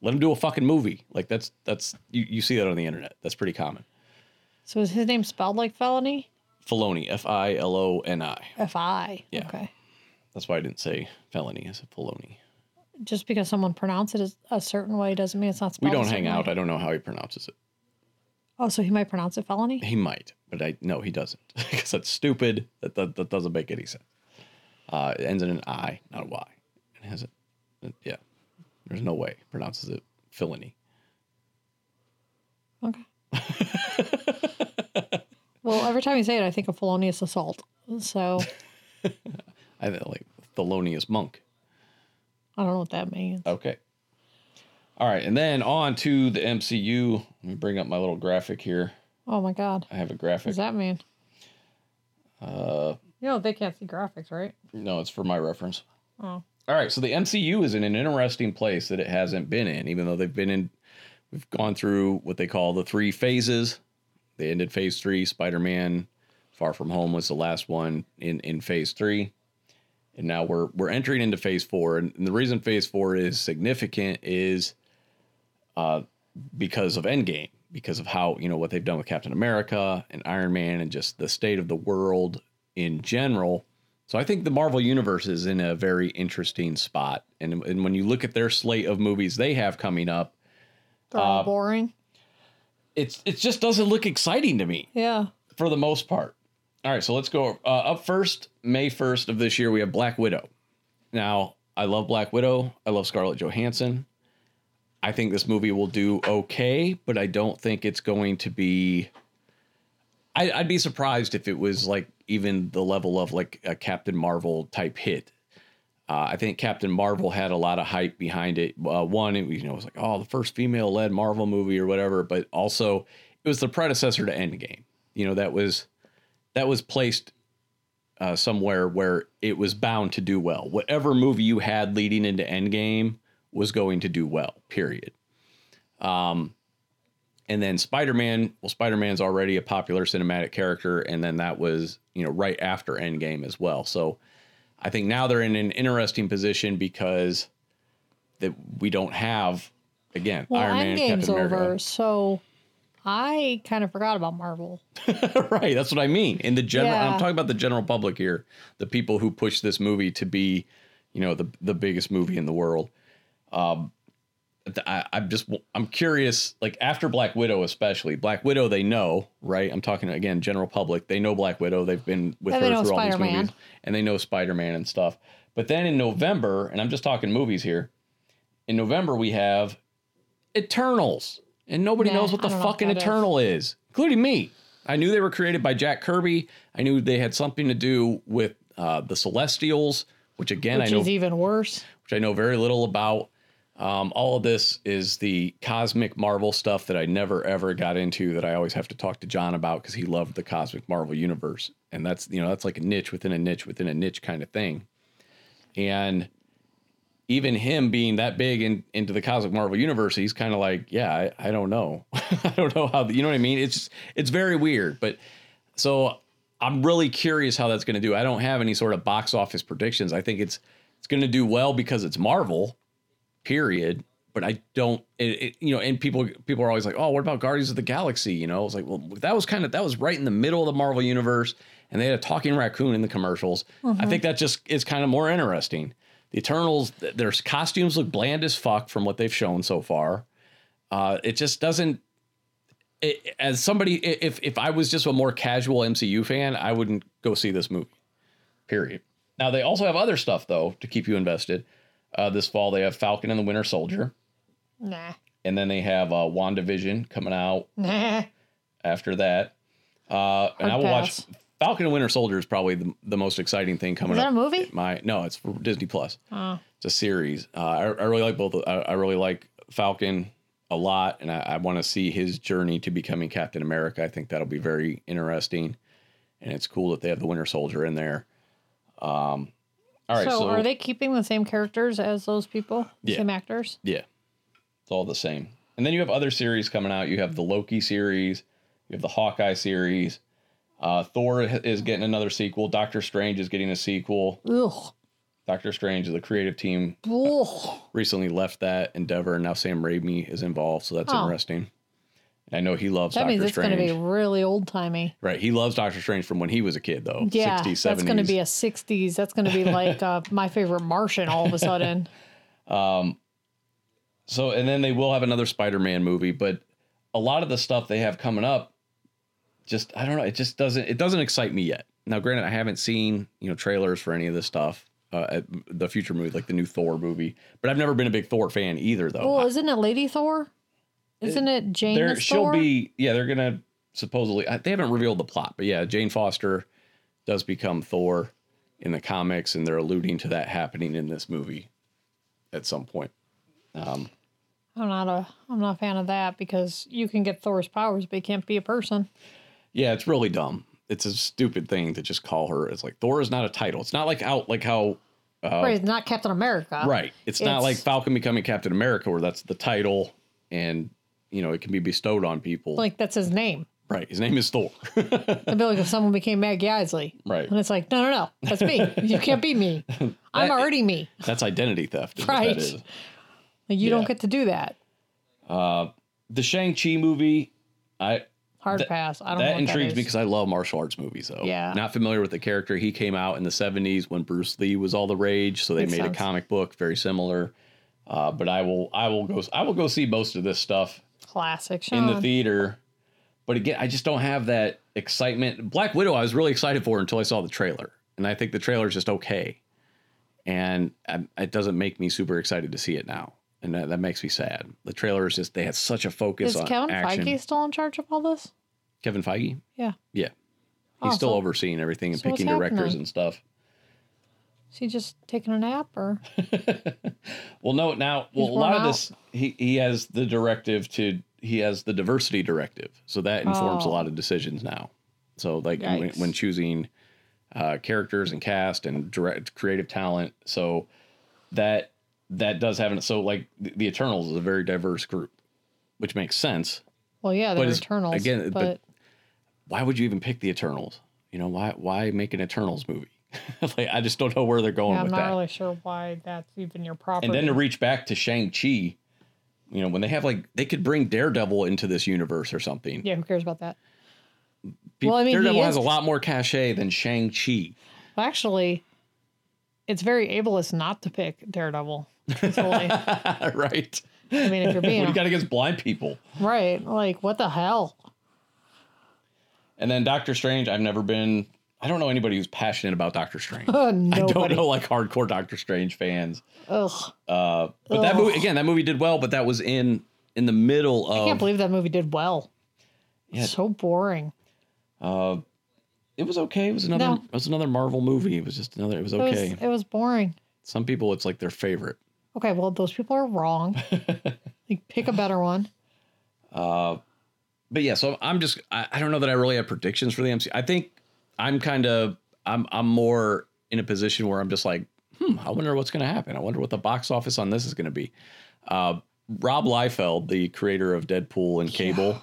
B: Let him do a fucking movie. Like that's that's you, you see that on the internet. That's pretty common.
A: So is his name spelled like felony?
B: Filoni, F I L O N I.
A: F I.
B: Yeah.
A: Okay.
B: That's why I didn't say felony. I said Filoni.
A: Just because someone pronounced it a certain way doesn't mean it's not
B: We
A: spelled.
B: don't
A: a
B: hang
A: certain
B: out.
A: way.
B: I don't know how he pronounces it.
A: Oh, so he might pronounce it
B: <laughs>
A: felony.
B: He might, but I no, he doesn't <laughs> because that's stupid. That, that that doesn't make any sense. Uh, it ends in an I, not a Y. It has a uh, yeah. There's no way he pronounces it felony.
A: Okay. well, every time you say it, I think of felonious assault. So
B: I think like felonious monk.
A: I don't know what that means.
B: Okay. All right, and then on to the MCU. Let me bring up my little graphic here.
A: Oh my god,
B: I have a
A: what
B: graphic.
A: does that mean?
B: Uh,
A: You know they can't see graphics, right?
B: no, it's for my reference.
A: Oh,
B: All right, so the MCU is in an interesting place that it hasn't been in, even though they've been in. We've gone through what they call the three phases. They ended phase three. Spider Man, Far From Home was the last one in in phase three, and now we're we're entering into phase four. And, and the reason phase four is significant is, uh, because of Endgame, because of how you know what they've done with Captain America and Iron Man, and just the state of the world in general. So I think the Marvel Universe is in a very interesting spot, and and when you look at their slate of movies they have coming up,
A: they're
B: Uh,
A: all boring.
B: it's it just doesn't look exciting to me
A: Yeah.
B: for the most part. All right, so let's go uh, up first. May first of this year, we have Black Widow. Now, I love Black Widow. I love Scarlett Johansson. I think this movie will do okay, but I don't think it's going to be. I, I'd be surprised if it was like even the level of like a Captain Marvel type hit. Uh, I think Captain Marvel had a lot of hype behind it. Uh, one, it, was, you know, it was like, oh, the first female-led Marvel movie or whatever. But also, it was the predecessor to Endgame. You know, that was that was placed uh, somewhere where it was bound to do well. Whatever movie you had leading into Endgame was going to do well. Period. Um, and then Spider-Man. Well, Spider-Man's already a popular cinematic character, and then that was you know right after Endgame as well. So I think now they're in an interesting position because that we don't have again
A: Well,
B: Iron Man,
A: Endgame's
B: Captain America.
A: over, so I kind of forgot about Marvel.
B: <laughs> right that's what i mean in the general i'm
A: Yeah.
B: talking about the general public here the people who push this movie to be you know the the biggest movie in the world um th- I, i'm just i'm curious like after black widow especially black widow they know right i'm talking again general public they know black widow they've been with
A: And
B: her
A: they
B: through
A: know
B: all these
A: Spider-Man.
B: movies and they know spider-man and stuff but then in november and i'm just talking movies here in november we have eternals and nobody
A: Nah,
B: knows what
A: I
B: the
A: don't know what
B: fucking
A: that is.
B: eternal Eternal is, including me. I knew they were created by Jack Kirby. I knew they had something to do with uh, the Celestials, which again
A: which
B: I know
A: is even worse.
B: which I know very little about. Um, all of this is the cosmic Marvel stuff that I never ever got into that I always have to talk to John about because he loved the cosmic Marvel universe. And that's, you know, that's like a niche within a niche within a niche kind of thing. And even him being that big in, into the cosmic Marvel universe, he's kind of like, yeah, I, I don't know. <laughs> I don't know how, you know what I mean? It's, just, it's very weird. But so I'm really curious how that's going to do. I don't have any sort of box office predictions. I think it's, it's going to do well because it's Marvel period. But I don't, it, it, you know, and people people are always like, oh, what about Guardians of the Galaxy? You know, it's like, well, that was kind of that was right in the middle of the Marvel universe, and they had a talking raccoon in the commercials. I think that just is kind of more interesting. The Eternals, th- their costumes look bland as fuck from what they've shown so far. Uh, it just doesn't. It, as somebody, i- if if I was just a more casual MCU fan, I wouldn't go see this movie. Period. Now they also have other stuff though to keep you invested. Uh, this fall they have Falcon and the Winter Soldier,
A: Nah.
B: and then they have uh, WandaVision coming out
A: Nah.
B: after that. Uh, and I will
A: pass.
B: watch Falcon and Winter Soldier is probably the, the most exciting thing
A: Is
B: coming
A: that
B: up.
A: a movie?
B: My no, it's for Disney Plus.
A: Oh.
B: It's a series. Uh, I, I really like both. I, I really like Falcon a lot, and I, I want to see his journey to becoming Captain America. I think that'll be very interesting, and it's cool that they have the Winter Soldier in there. Um, all right,
A: so,
B: so,
A: are they keeping the same characters as those people?
B: Yeah.
A: Same actors?
B: Yeah. It's all the same. And then you have other series coming out. You have the Loki series, you have the Hawkeye series. Uh, Thor h- is getting another sequel. Doctor Strange is getting a sequel.
A: Ugh.
B: Doctor Strange, the creative team,
A: Ugh.
B: recently left that endeavor, and now Sam Raimi is involved. So that's
A: Oh.
B: interesting. And I know he loves
A: That
B: Doctor
A: means it's going
B: Strange.
A: to be really old timey.
B: Right. He loves Doctor Strange from when he was a kid, though.
A: Yeah,
B: 60s, 70s.
A: that's going to be a 60s. That's going to
B: <laughs>
A: be like uh, my favorite Martian all of a sudden.
B: Um, So, and then they will have another Spider-Man movie, but a lot of the stuff they have coming up, just I don't know, it just doesn't it doesn't excite me yet. Now, granted, I haven't seen you know trailers for any of this stuff, uh, at the future movie, like the new Thor movie, but I've never been a big Thor fan either,
A: <laughs>
B: though.
A: Well, isn't it Lady Thor? Isn't it Jane?
B: there,
A: that's
B: she'll
A: Thor?
B: be yeah, they're gonna supposedly I- they haven't revealed the plot, but yeah, Jane Foster does become Thor in the comics, and they're alluding to that happening in this movie at some point. Um,
A: I'm not a I'm not a fan of that because you can get Thor's powers, but you can't be a person.
B: Yeah, it's really dumb. It's a stupid thing to just call her. It's like Thor is not a title. It's not like out like how
A: right? It's not Captain America.
B: Oh. right. It's, not
A: Uh, It's-
B: like Falcon becoming Captain America where that's the title and you know it can be bestowed on people.
A: Like that's his name.
B: right. His name is Thor. <laughs>
A: It'd be like if someone became Maggie Isley.
B: Right.
A: And it's like, no, no, no, that's me. you can't be
B: <laughs>
A: me. I'm already me.
B: that's identity theft. is what
A: Right.
B: That is.
A: Like you don't
B: Yeah.
A: get to do that.
B: The Shang Chi movie. I
A: Hard pass. I don't know.
B: that
A: what
B: intrigues
A: that
B: me
A: is.
B: because I love martial arts movies. Though,
A: Yeah.
B: not familiar with the character. He came out in the '70s when Bruce Lee was all the rage, so they
A: Makes
B: made a
A: sense.
B: comic book very similar. Uh, but I will, I will go, I will go see most of this stuff
A: classic Sean.
B: in the theater. But again, I just don't have that excitement. Black Widow, I was really excited for until I saw the trailer, and I think the trailer is just okay, and um, it doesn't make me super excited to see it now, and that, that makes me sad. The trailer is just they had such a focus
A: is
B: on
A: Kevin
B: action.
A: Feige still in charge of all this?
B: Kevin Feige,
A: Yeah.
B: yeah, he's
A: Oh,
B: still
A: so-
B: overseeing everything and
A: so what's
B: picking directors
A: happening?
B: and stuff.
A: Is he just taking a nap or?
B: Well, no, now well, a
A: worn
B: lot of
A: out.
B: this he he has the directive to he has the diversity directive, so that informs
A: Oh.
B: a lot of decisions now. So like when,
A: Yikes.
B: when choosing uh, characters and cast and direct creative talent, so that that does have an so like the, the Eternals is a very diverse group, which makes sense.
A: Well, yeah,
B: But
A: they're
B: it's-
A: Eternals.
B: again, but-
A: but
B: Why would you even pick the Eternals? You know why why make an Eternals movie? <laughs> like I just don't know where they're going
A: Yeah, I'm
B: with
A: not
B: that.
A: really sure why that's even your property.
B: and then to reach back to Shang Chi, you know, when they have like they could bring Daredevil into this universe or something.
A: yeah, who cares about that?
B: Pe-
A: Well, I mean, he
B: Daredevil has
A: is-
B: a lot more cachet than Shang Chi.
A: Well, actually, it's very ableist not to pick Daredevil. Truthfully, I
B: <laughs> right?
A: mean, if you're
B: <laughs> What
A: being
B: do you got against blind people?
A: right, like what the hell? <laughs>
B: And then Doctor Strange, I've never been. I don't know anybody who's passionate about
A: <laughs>
B: Doctor Strange.
A: Uh,
B: I don't
A: nobody.
B: know like hardcore Doctor Strange fans.
A: Ugh.
B: Uh, but that movie again, that movie did well, but that was in in the middle
A: I can't
B: of
A: believe that movie did well.
B: Um, Yeah.
A: So boring.
B: uh, it was okay. It was another
A: No.
B: it was another Marvel movie. It was just another. It was
A: It was
B: okay.
A: it was boring.
B: Some people, it's like their favorite.
A: Okay, well, those people are
B: <laughs>
A: wrong. like, pick a better one.
B: but yeah, so I'm just I, I don't know that I really have predictions for the MC. I think I'm kind of I'm I'm more in a position where I'm just like, hmm, I wonder what's going to happen. I wonder what the box office on this is going to be. Uh, Rob Liefeld, the creator of Deadpool and Cable,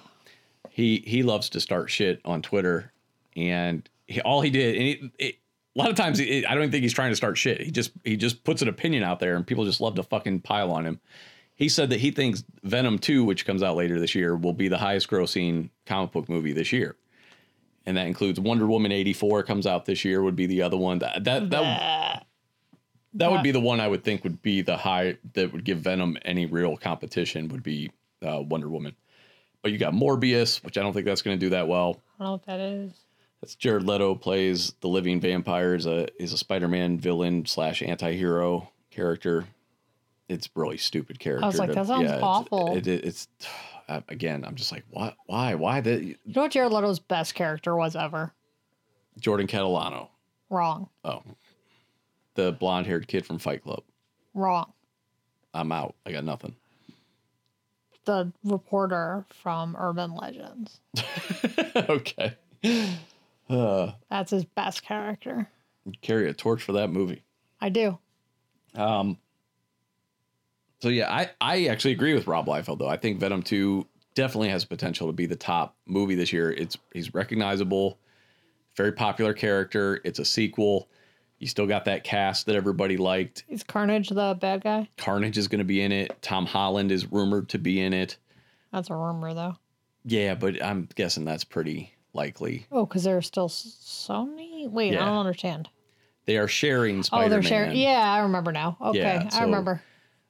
B: he he loves to start shit on Twitter, and he, all he did, and he, it, a lot of times, it, I don't even think he's trying to start shit. He just he just puts an opinion out there, and people just love to fucking pile on him. He said that he thinks Venom Two, which comes out later this year, will be the highest grossing comic book movie this year, and that includes Wonder Woman eighty four comes out this year would be the other one that <laughs> that that. That would be the one I would think would be the high that would give Venom any real competition would be uh, Wonder Woman. But you got Morbius, which I don't think that's going to do that well.
A: I don't know what that is.
B: That's Jared Leto plays the living vampire is a is a Spider Man villain slash anti hero character. It's really stupid character.
A: like,
B: to-
A: that sounds
B: it's-
A: awful.
B: It, it, it's uh, again, I'm just like, what? Why? Why the
A: You know what Jared Leto's best character was ever?
B: Jordan Catalano?
A: Wrong.
B: Oh, the blonde haired kid from Fight Club.
A: Wrong.
B: I'm out. I got nothing.
A: The reporter from Urban Legends.
B: <laughs> okay, Uh,
A: That's his best character.
B: carry a torch for that movie.
A: I do.
B: Um, so yeah, I, I actually agree with Rob Liefeld though. I think Venom Two definitely has potential to be the top movie this year. It's he's recognizable, very popular character. It's a sequel. You still got that cast that everybody liked.
A: Is Carnage the bad guy?
B: Carnage is going to be in it. Tom Holland is rumored to be in it.
A: That's a rumor, though.
B: Yeah, but I'm guessing that's pretty likely.
A: Oh, because they're still S- Sony? Wait, I
B: Yeah.
A: don't understand.
B: They are sharing
A: Oh,
B: Spider-Man.
A: they're sharing. Yeah, I remember now. Okay,
B: Yeah,
A: I
B: so-
A: remember.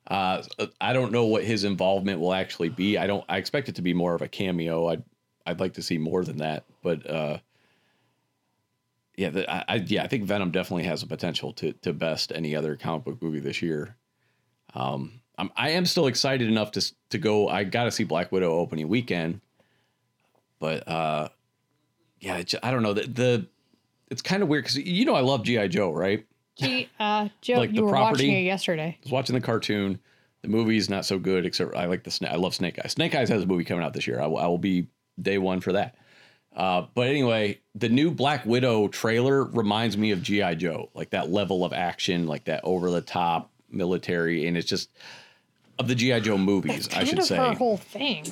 B: Uh, I don't know what his involvement will actually be. I don't. I expect it to be more of a cameo. I'd I'd like to see more than that. But uh, yeah, the, I, I yeah I think Venom definitely has the potential to to best any other comic book movie this year. Um, I'm I am still excited enough to s- to go. I got to see Black Widow opening weekend. But uh, yeah, it, ju- I don't know the the. It's kind of weird because you know I love GI Joe, right?
A: Gee, uh, Joe,
B: Like
A: you
B: the
A: were watching
B: property?
A: it yesterday.
B: was watching the cartoon. The movie's not so good, except I like the snake. I love Snake Eyes. Snake Eyes has a movie coming out this year. I will, I will be day one for that. Uh, but anyway, the new Black Widow trailer reminds me of GI Joe, like that level of action, like that over the top military, and it's just of the GI Joe movies, I
A: Kind
B: should
A: of
B: say.
A: her whole thing.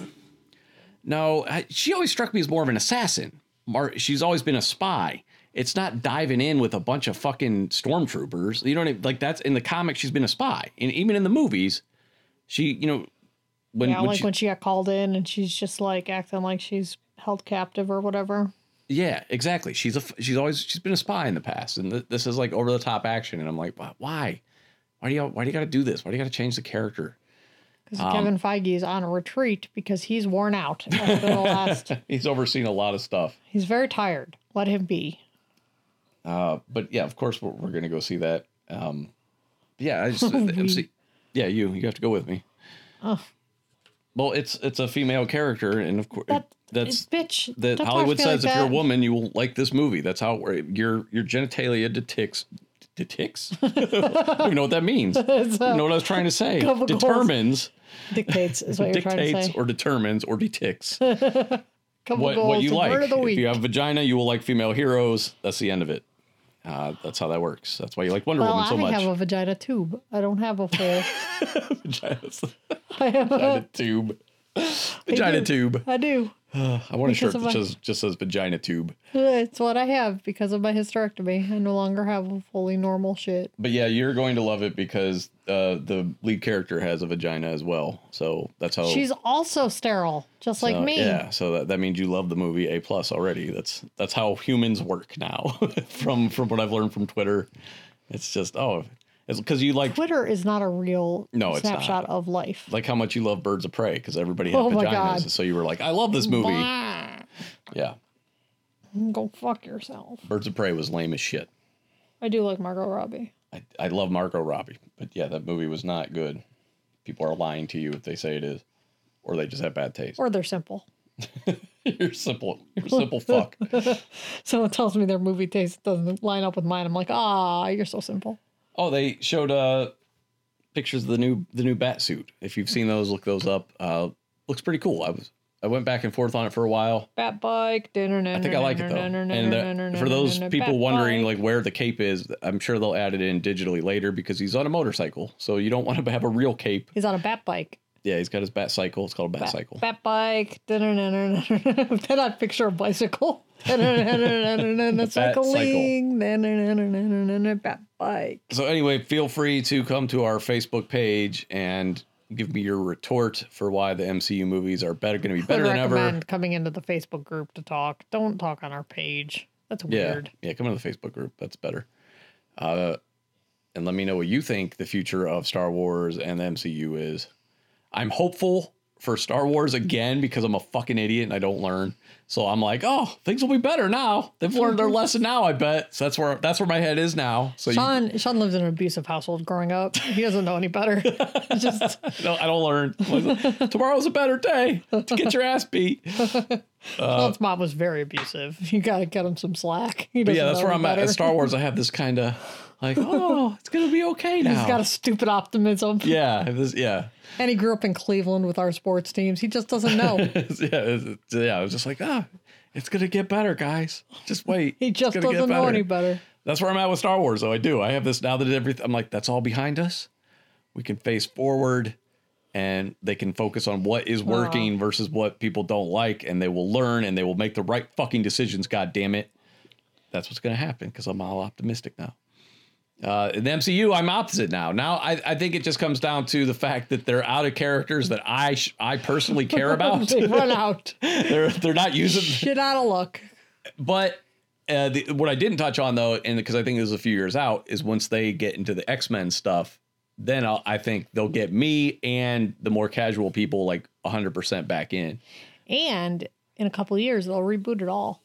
B: No, I, she always struck me as more of an assassin. Mar- she's always been a spy. It's not diving in with a bunch of fucking stormtroopers. You know what I mean? Like that's in the comics. She's been a spy, and even in the movies, she, you know, when,
A: Yeah,
B: when
A: like
B: she-
A: when she got called in and she's just like acting like she's held captive or whatever.
B: yeah, exactly. She's a f- she's always she's been a spy in the past, and th- this is like over the top action. And I'm like, "Why- why? Why do you why do you got to do this? Why do you got to change the character? <laughs>
A: Because
B: Um,
A: Kevin Feige is on a retreat because he's worn out. After
B: <laughs>
A: the last,
B: He's overseen a lot of stuff.
A: he's very tired. Let him be.
B: Uh, but yeah, of course we're, we're gonna go see that. Um,
A: <laughs>
B: yeah, I just,
A: We.
B: MC, yeah, you you have to go with me.
A: Oh.
B: Well, it's it's a female character, and of course
A: That-
B: that's
A: bitch. don't
B: that
A: talk to
B: Hollywood
A: me
B: says
A: like
B: if you're
A: <laughs>
B: a
A: that.
B: woman, you will like this movie. That's how it wor- your your genitalia detects
A: <laughs>
B: <laughs> detects. I don't even know what that means. I
A: It's,
B: don't
A: uh,
B: know what I was trying to say.
A: Googles.
B: Determines,
A: dictates
B: <laughs>
A: is what you're trying to
B: dictates,
A: say.
B: or determines, or detects
A: Couple
B: what,
A: goals
B: what you
A: and
B: like.
A: word of the
B: If
A: week.
B: you have vagina, you will like female heroes. That's the end of it. Uh, that's how that works. That's why you like Wonder
A: well,
B: Woman
A: I
B: so much. <laughs>
A: have a vagina tube. I don't have a full.
B: Vagina's-
A: I have
B: vagina
A: a,
B: tube. Vagina
A: do.
B: tube.
A: I do. <laughs>
B: I want a shirt
A: of
B: that
A: my-
B: just, just says vagina tube.
A: It's what I have because of my hysterectomy. I no longer have a fully normal shit.
B: But yeah, you're going to love it because uh, the lead character has a vagina as well. So that's how
A: She's also sterile, just like
B: uh,
A: me.
B: Yeah, Oh. so that, that means you love the movie A plus already. That's that's how humans work now. <laughs> from from what I've learned from Twitter, it's just oh, it's because you like
A: Twitter is not a real
B: No, it's not.
A: snapshot of life.
B: like how much you love Birds of Prey because everybody had
A: Oh my God.
B: vaginas. So you were like, I love this movie.
A: Blah.
B: Yeah,
A: Go fuck yourself.
B: Birds of Prey was lame as shit.
A: I do like Margot Robbie.
B: I, I love Margot Robbie, but yeah, that movie was not good. People are lying to you if they say it is, or they just have bad taste. <laughs>
A: Or they're simple. <laughs>
B: you're simple. You're simple fuck.
A: Someone tells me their movie taste doesn't line up with mine. I'm like, ah, you're so simple.
B: Oh, they showed uh pictures of the new the new bat suit. If you've seen those, look those up. Uh, looks pretty cool. I was I went back and forth on it for a while.
A: Bat bike.
B: I think I like it though. And the, for those people wondering like where the cape is, I'm sure they'll add it in digitally later because he's on a motorcycle. So you don't want to have a real cape.
A: he's on a bat bike.
B: Yeah, he's got his bat cycle. It's called a bat,
A: Bat,
B: cycle.
A: bat bike. <laughs> Then I picture a
B: <laughs>
A: bicycle. <laughs> Cycling. Bat bike.
B: So anyway, feel free to come to our Facebook page and give me your retort for why the MCU movies are
A: <laughs>
B: better going to be
A: I would
B: better than
A: recommend
B: ever.
A: coming into the Facebook group to talk. Don't talk on our page. That's
B: Yeah,
A: weird.
B: yeah. Come into the Facebook group. That's better. Uh, and let me know what you think the future of Star Wars and the MCU is. I'm hopeful for Star Wars again because I'm a fucking idiot and I don't learn. So I'm like, oh, things will be better now. They've
A: <laughs>
B: learned their lesson now. I bet. So that's where that's where my head is now. So you,
A: Sean Sean lives in an abusive household growing up. He doesn't know any
B: <laughs>
A: better. It's just
B: <laughs> no, I don't learn. Tomorrow's a better day to get your
A: <laughs>
B: ass beat.
A: Sean's mom was very abusive. You gotta cut him some slack. He
B: But
A: doesn't
B: yeah, that's
A: know
B: where
A: any
B: I'm at.
A: better.
B: At Star Wars, I have this kind of like, oh, it's gonna be okay now.
A: <laughs> He's got a stupid optimism.
B: yeah, this, yeah,
A: And he grew up in Cleveland with our sports teams. He just doesn't
B: <laughs>
A: know.
B: yeah, it's- yeah. I was just like, ah, it's gonna get better, guys. Just wait.
A: <laughs> He
B: It's
A: just
B: gonna get
A: doesn't know
B: better.
A: any better.
B: That's where I'm at with Star Wars, though. I do. I have this now that everything. I'm like, that's all behind us. We can face forward, and they can focus on what is working versus what people don't like, and they will learn and they will make the right fucking decisions. God damn it, that's what's going to happen because I'm all optimistic now. Uh, in the MCU, I'm opposite now. Now I, I think it just comes down to the fact that they're out of characters that I sh- I personally
A: <laughs>
B: care about.
A: they run
B: <laughs>
A: out.
B: they're they're not using <laughs>
A: Shit out of luck.
B: but uh, the, what I didn't touch on though, and because I think this is a few years out, is once they get into the X Men stuff, then I'll, I think they'll get me and the more casual people like 100% back in.
A: And in a couple of years, they'll reboot it all.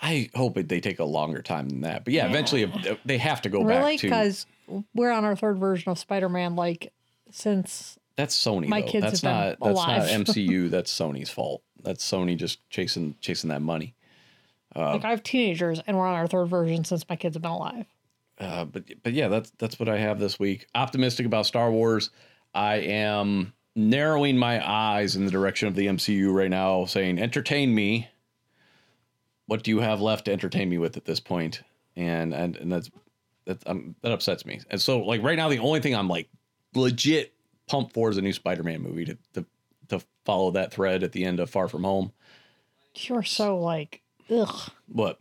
B: I hope it, they take a longer time than that. But yeah, eventually uh, they have to go
A: Really?
B: back to
A: Because we're on our third version of Spider Man, like since
B: that's Sony.
A: my
B: though.
A: kids
B: that's
A: have
B: not
A: been
B: that's
A: alive. <laughs>
B: not MCU. that's Sony's fault. That's Sony just chasing chasing that money. Um,
A: like I have teenagers and we're on our third version since my kids have been alive.
B: Uh, but but yeah, that's that's what I have this week. Optimistic about Star Wars. I am narrowing my eyes in the direction of the MCU right now, saying, "Entertain me." What do you have left to entertain me with at this point? And and and that's that um, that upsets me. And so like right now, the only thing I'm like legit pumped for is a new Spider-Man movie to to to follow that thread at the end of Far From Home.
A: You're so like, ugh,
B: What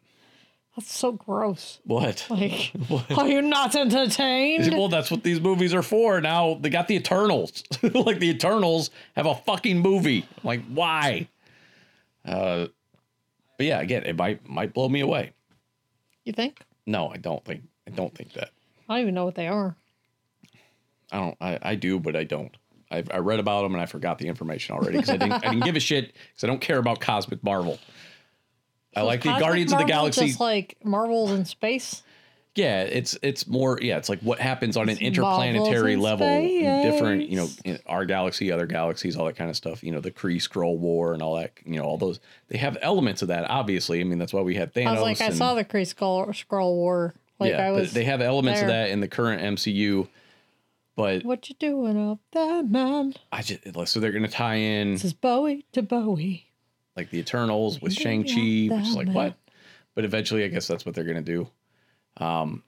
A: that's so gross. <laughs>
B: what?
A: Like,
B: What?
A: are you not
B: Is it-
A: entertained?
B: Well, that's what these movies are for. Now they got the Eternals. <laughs> like the Eternals have a fucking movie. Like why? Uh, but yeah, again, it might might blow me away.
A: You think?
B: No, I don't think I don't think that.
A: I don't even know what they are.
B: I don't. I, I do, but I don't. I, I read about them and I forgot the information already because I didn't. I didn't give a shit because I don't care about cosmic Marvel. I like the
A: Cosmic
B: Guardians of the
A: Marvel
B: Galaxy.
A: Just like Marvels in space.
B: Yeah, it's it's more yeah, it's like what happens on an
A: marvels
B: interplanetary
A: in
B: level, in different you know,
A: space.
B: in our galaxy, other galaxies, all that kind of stuff. You know, the Kree Scroll War and all that. You know, all those they have elements of that. Obviously, I mean that's why we had Thanos.
A: I was like, I
B: and-
A: saw the Kree Skull Scroll War. Like
B: yeah,
A: I
B: but
A: was.
B: they have elements of
A: there.
B: that in the current MCU. But
A: what you doing up there, man?
B: I just so they're gonna tie in
A: This is Bowie to Bowie.
B: like the Eternals with
A: Maybe
B: Shang
A: not
B: Chi, which is
A: that
B: like
A: bad.
B: what? But eventually, I guess that's what they're gonna do. Um,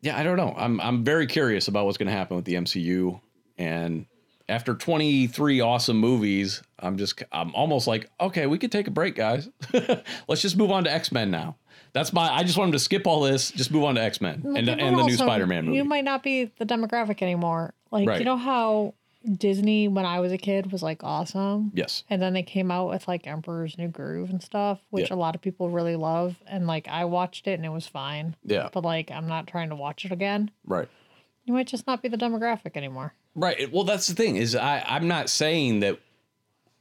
B: yeah, I don't know. I'm I'm very curious about what's gonna happen with the MCU. And after 23 awesome movies, I'm just I'm almost like okay, we could take a break, guys. <laughs> Let's just move on to X Men now. That's my. I just want them to skip all this. Just move on to X Men
A: Well,
B: and
A: but
B: and the new
A: also,
B: Spider Man movie.
A: You might not be the demographic anymore. Like
B: Right.
A: you know how Disney when I was a kid was like awesome.
B: yes.
A: And then they came out with like Emperor's New Groove and stuff, which
B: Yeah.
A: a lot of people really love. And like I watched it and it was fine.
B: Yeah.
A: But like I'm not trying to watch it again.
B: Right.
A: You might just not be the demographic anymore.
B: Right. It- Well, that's the thing is I I'm not saying that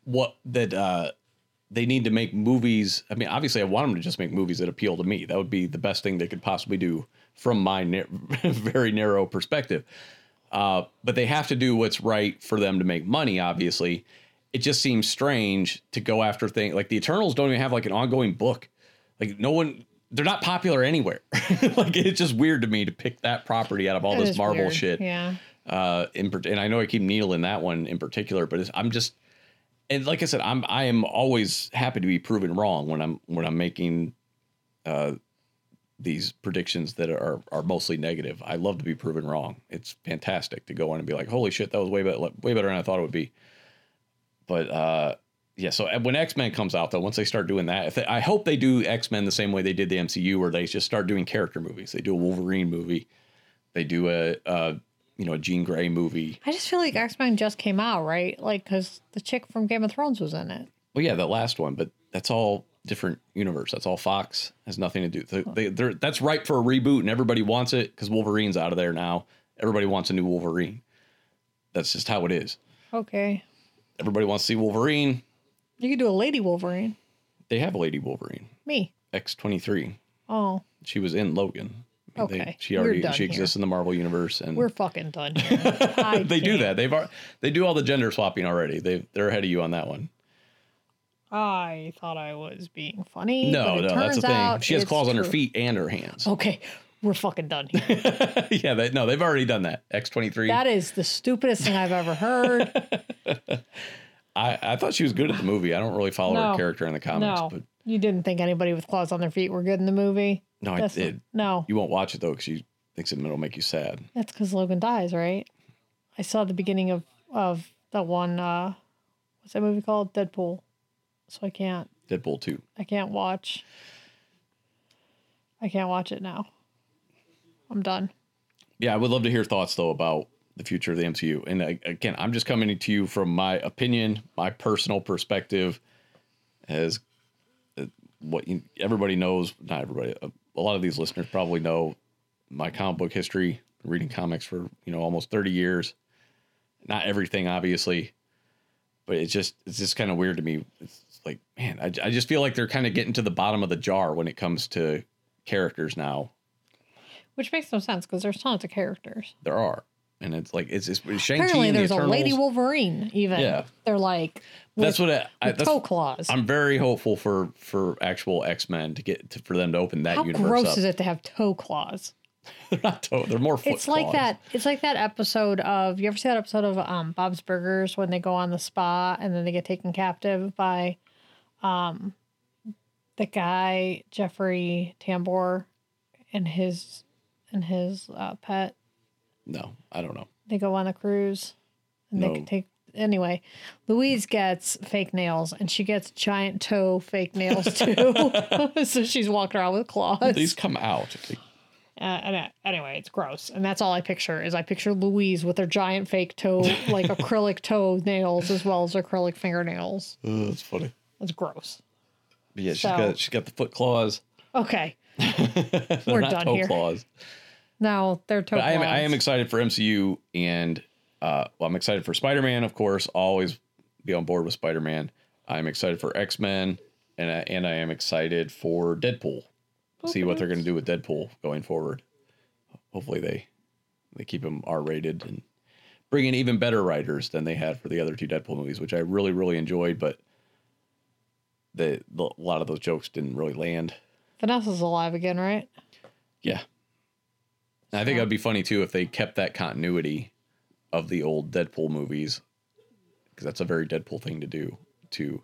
B: what that uh they need to make movies. I mean, obviously I want them to just make movies that appeal to me. That would be the best thing they could possibly do from my nar- <laughs> very narrow perspective. Uh but they have to do what's right for them to make money, obviously. It just seems strange to go after things like the Eternals don't even have like an ongoing book. Like no one they're not <laughs> popular anywhere. like it's just weird to me to pick that property out of all
A: It
B: this
A: is
B: Marvel
A: weird.
B: shit
A: Yeah.
B: Uh, in, part- and I know I keep Neil in that one in particular, but it's, I'm just and like I said, I'm I am always happy to be proven wrong when I'm when I'm making uh, these predictions that are are mostly negative. I love to be proven wrong. It's fantastic to go on and be like, holy shit, that was way better way better than I thought it would be. But uh, yeah, so when X Men comes out though, once they start doing that, if they, I hope they do X Men the same way they did the MCU, where they just start doing character movies. They do a Wolverine movie, they do a, a you know a Jean Grey movie.
A: I just feel like X Men just came out, right? Like, because the chick from Game of Thrones was in it.
B: Well, yeah, that last one, but that's all different universe. That's all Fox has nothing to do. They, they, they're, that's ripe for a reboot, and everybody wants it because Wolverine's out of there now. Everybody wants a new Wolverine. That's just how it is.
A: Okay.
B: Everybody wants to see Wolverine.
A: You could do a Lady Wolverine.
B: They have a Lady Wolverine,
A: Me.
B: X twenty three.
A: Oh,
B: She was in Logan. I mean, they-
A: Okay,
B: she
A: we're
B: already
A: done
B: she exists in the Marvel universe, and <laughs>
A: we're fucking done. Here. I
B: they do
A: can't.
B: that. They've al- they do all the gender swapping already. They they're ahead of you on that one.
A: I thought I was being funny.
B: No,
A: but
B: no,
A: it
B: that's the
A: turns
B: thing.
A: out
B: She has
A: it's
B: claws on her
A: true.
B: feet and her hands.
A: Okay, we're fucking done
B: <laughs>
A: here.
B: yeah, they, no, they've already done that. X twenty three.
A: That is the stupidest thing I've ever heard.
B: <laughs> I, I thought she was good at the movie. I don't really follow her
A: No.
B: character in the comics,
A: No,
B: but
A: you didn't think anybody with claws on their feet were good in the movie.
B: no, I
A: That's
B: did.
A: no,
B: You won't watch it though because she thinks it will make you sad.
A: that's because Logan dies, right? I saw the beginning of of that one. uh What's that movie called? Deadpool. So I can't.
B: Deadpool two.
A: I can't watch. I can't watch it now. I'm done.
B: Yeah, I would love to hear thoughts though about the future of the MCU. And I, again, I'm just coming to you from my opinion, my personal perspective, as uh, what you, everybody knows. Not everybody. A, a lot of these listeners probably know my comic book history. Reading comics for you know almost 30 years. Not everything, obviously, but it's just it's just kind of weird to me. It's like, man, I, I just feel like they're kind of getting to the bottom of the jar when it comes to characters now.
A: Which makes no sense because there's tons of characters.
B: There are, and it's like it's, it's Shang Chi
A: Apparently,
B: and the
A: there's a
B: Eternals.
A: Lady Wolverine. Even
B: Yeah.
A: they're like with,
B: that's what I, I
A: with
B: that's,
A: toe claws.
B: I'm very hopeful for for actual X Men to get to, for them to open that
A: How
B: universe
A: gross
B: up.
A: is it to have toe claws?
B: <laughs> they're not to- they're more. Foot
A: It's like
B: claws.
A: that. It's like that episode of you ever see that episode of um, Bob's Burgers when they go on the spa and then they get taken captive by, um, the guy Jeffrey Tambor, and his, and his uh, pet.
B: No, I don't know.
A: They go on the cruise, and they
B: No.
A: can take. Anyway, Louise gets fake nails, and she gets giant toe fake
B: <laughs>
A: nails too. <laughs> so she's walking around with claws.
B: These come out.
A: Uh, and, uh, anyway, it's gross, and that's all I picture is I picture Louise with her giant fake
B: <laughs>
A: toe, like acrylic toe nails as well as acrylic fingernails.
B: Ugh, that's funny.
A: That's gross.
B: But yeah, she's
A: So-
B: got she's got the foot claws. <laughs>
A: Okay,
B: They're
A: We're
B: not
A: done
B: toe
A: here.
B: claws.
A: now they're toe.
B: But I am I
A: claws.
B: am excited for MCU and uh, well, I'm excited for Spider Man, of course. Always be on board with Spider Man. I'm excited for X Men, and I, and I am excited for Deadpool. See what they're going to do with Deadpool going forward. Hopefully they they keep him R rated and bring in even better writers than they had for the other two Deadpool movies, which I really really enjoyed. But the, the a lot of those jokes didn't really land.
A: Vanessa's alive again, right?
B: Yeah. And I think
A: So-
B: it'd be funny too if they kept that continuity of the old Deadpool movies, because that's a very Deadpool thing to do. To you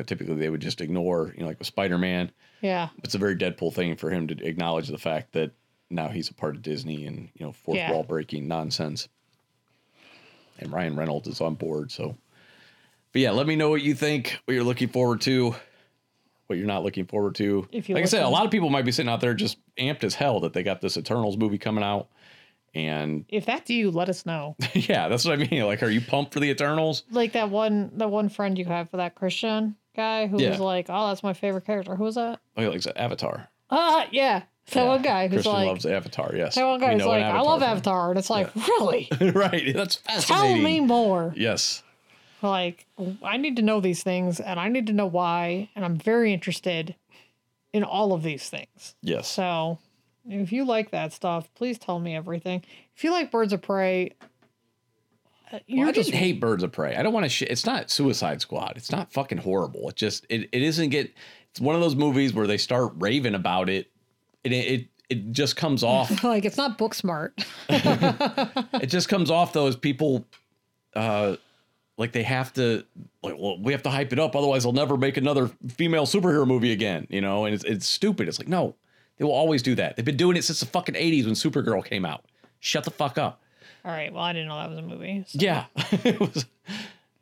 B: know, typically they would just ignore, you know, like with Spider Man.
A: Yeah,
B: It's a very Deadpool thing for him to acknowledge the fact that now he's a part of Disney and you know fourth
A: Yeah.
B: wall breaking nonsense. And Ryan Reynolds is on board, so. But yeah, let me know what you think, what you're looking forward to, what you're not looking forward to.
A: If you
B: like I said, a
A: listen-
B: lot of people might be sitting out there just amped as hell that they got this Eternals movie coming out, and <laughs>
A: if that's you, let us know.
B: yeah, that's what I mean. Like, are you pumped for the Eternals?
A: like that one, that one friend you have for that Christian guy who
B: Yeah.
A: was like, "Oh, that's my favorite character." Who was that?
B: Like, like Oh, Avatar.
A: Ah, yeah, that
B: Yeah,
A: one guy who's
B: Christian
A: like,
B: loves Avatar. Yes,
A: that one
B: We
A: guy who's
B: know an
A: like, "I love
B: fan."
A: Avatar," and it's like, really?
B: right, <laughs> that's
A: Tell
B: fascinating.
A: me more.
B: Yes.
A: like i need to know these things and i need to know why and i'm very interested in all of these things
B: Yes.
A: so if you like that stuff please tell me everything if you like birds of prey uh,
B: Well,
A: you're
B: I
A: just
B: just hate Birds of Prey. I don't want to. Sh- it's not Suicide Squad. It's not fucking horrible. It just it, it isn't get. It's one of those movies where they start raving about it, and it it, it it just comes
A: <laughs> <laughs>
B: off
A: like it's not book smart.
B: it just comes off though as people uh like they have to like well we have to hype it up otherwise they'll never make another female superhero movie again you know and it's, it's stupid it's like no they will always do that they've been doing it since the fucking 80s when supergirl came out shut the fuck up
A: All right. Well, I didn't know that was a movie. so-
B: yeah <laughs> it was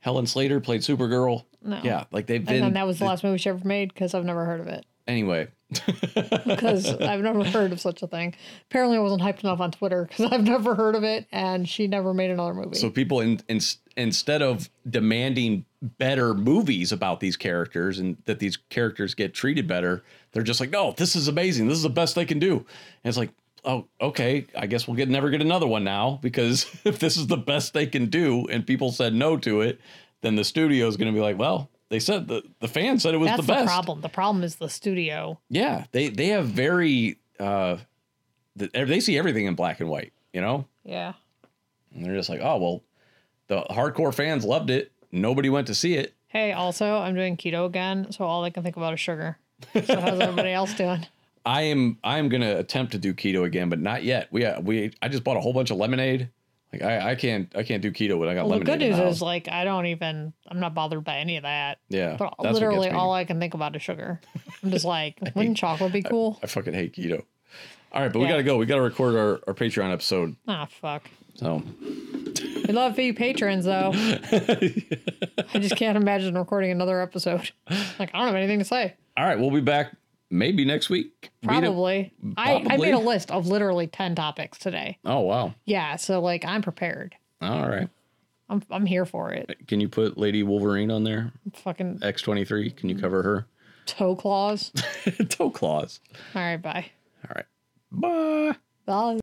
B: helen slater played supergirl
A: No.
B: yeah like they've
A: And
B: been
A: then that was the last movie she ever made because I've never heard of it.
B: anyway <laughs>
A: Because I've never heard of such a thing. Apparently, I wasn't hyped enough on Twitter because I've never heard of it, and she never made another movie.
B: So people in, in instead of demanding better movies about these characters and that these characters get treated better, they're just like, no, this is amazing. This is the best they can do. And it's like, oh, okay, I guess we'll get never get another one now because <laughs> if this is the best they can do and people said no to it, then the studio is going to be like, well, they said the the fan said it was
A: That's
B: the best.
A: problem. The problem is the studio.
B: Yeah, they they have very uh, th- they see everything in black and white. You know,
A: Yeah.
B: and they're just like, oh, well, the hardcore fans loved it. Nobody went to see it.
A: Hey, also, I'm doing keto again, so all I can think about is sugar. So
B: <laughs>
A: how's everybody else doing?
B: I am I am gonna attempt to do keto again, but not yet. We uh, we I just bought a whole bunch of lemonade. Like I, I can't I can't do keto when I got
A: Well, the
B: lemonade.
A: good
B: in
A: news
B: the house.
A: is like I don't even. I'm not bothered by any of that.
B: yeah,
A: But
B: that's what
A: literally,
B: gets me.
A: all I can think about is sugar. I'm
B: <laughs>
A: just like, wouldn't chocolate be cool?
B: I fucking hate keto. All right, but we
A: Yeah.
B: gotta go. We gotta record our, our Patreon episode.
A: Ah, fuck.
B: So
A: We love you patrons, though. I just can't imagine recording another episode. Like, I don't have anything to say.
B: all right, we'll be back maybe next week. Meet up-
A: Probably. I, I
B: probably.
A: made a list of literally 10 topics today.
B: Oh wow.
A: Yeah. So, like, I'm prepared.
B: All right.
A: I'm, I'm here for it.
B: Can you put Lady Wolverine on there?
A: Fucking
B: X twenty three. Can you cover her?
A: toe claws.
B: Mm. <laughs> Toe claws.
A: All right. Bye.
B: All right. Bye.
A: Bye.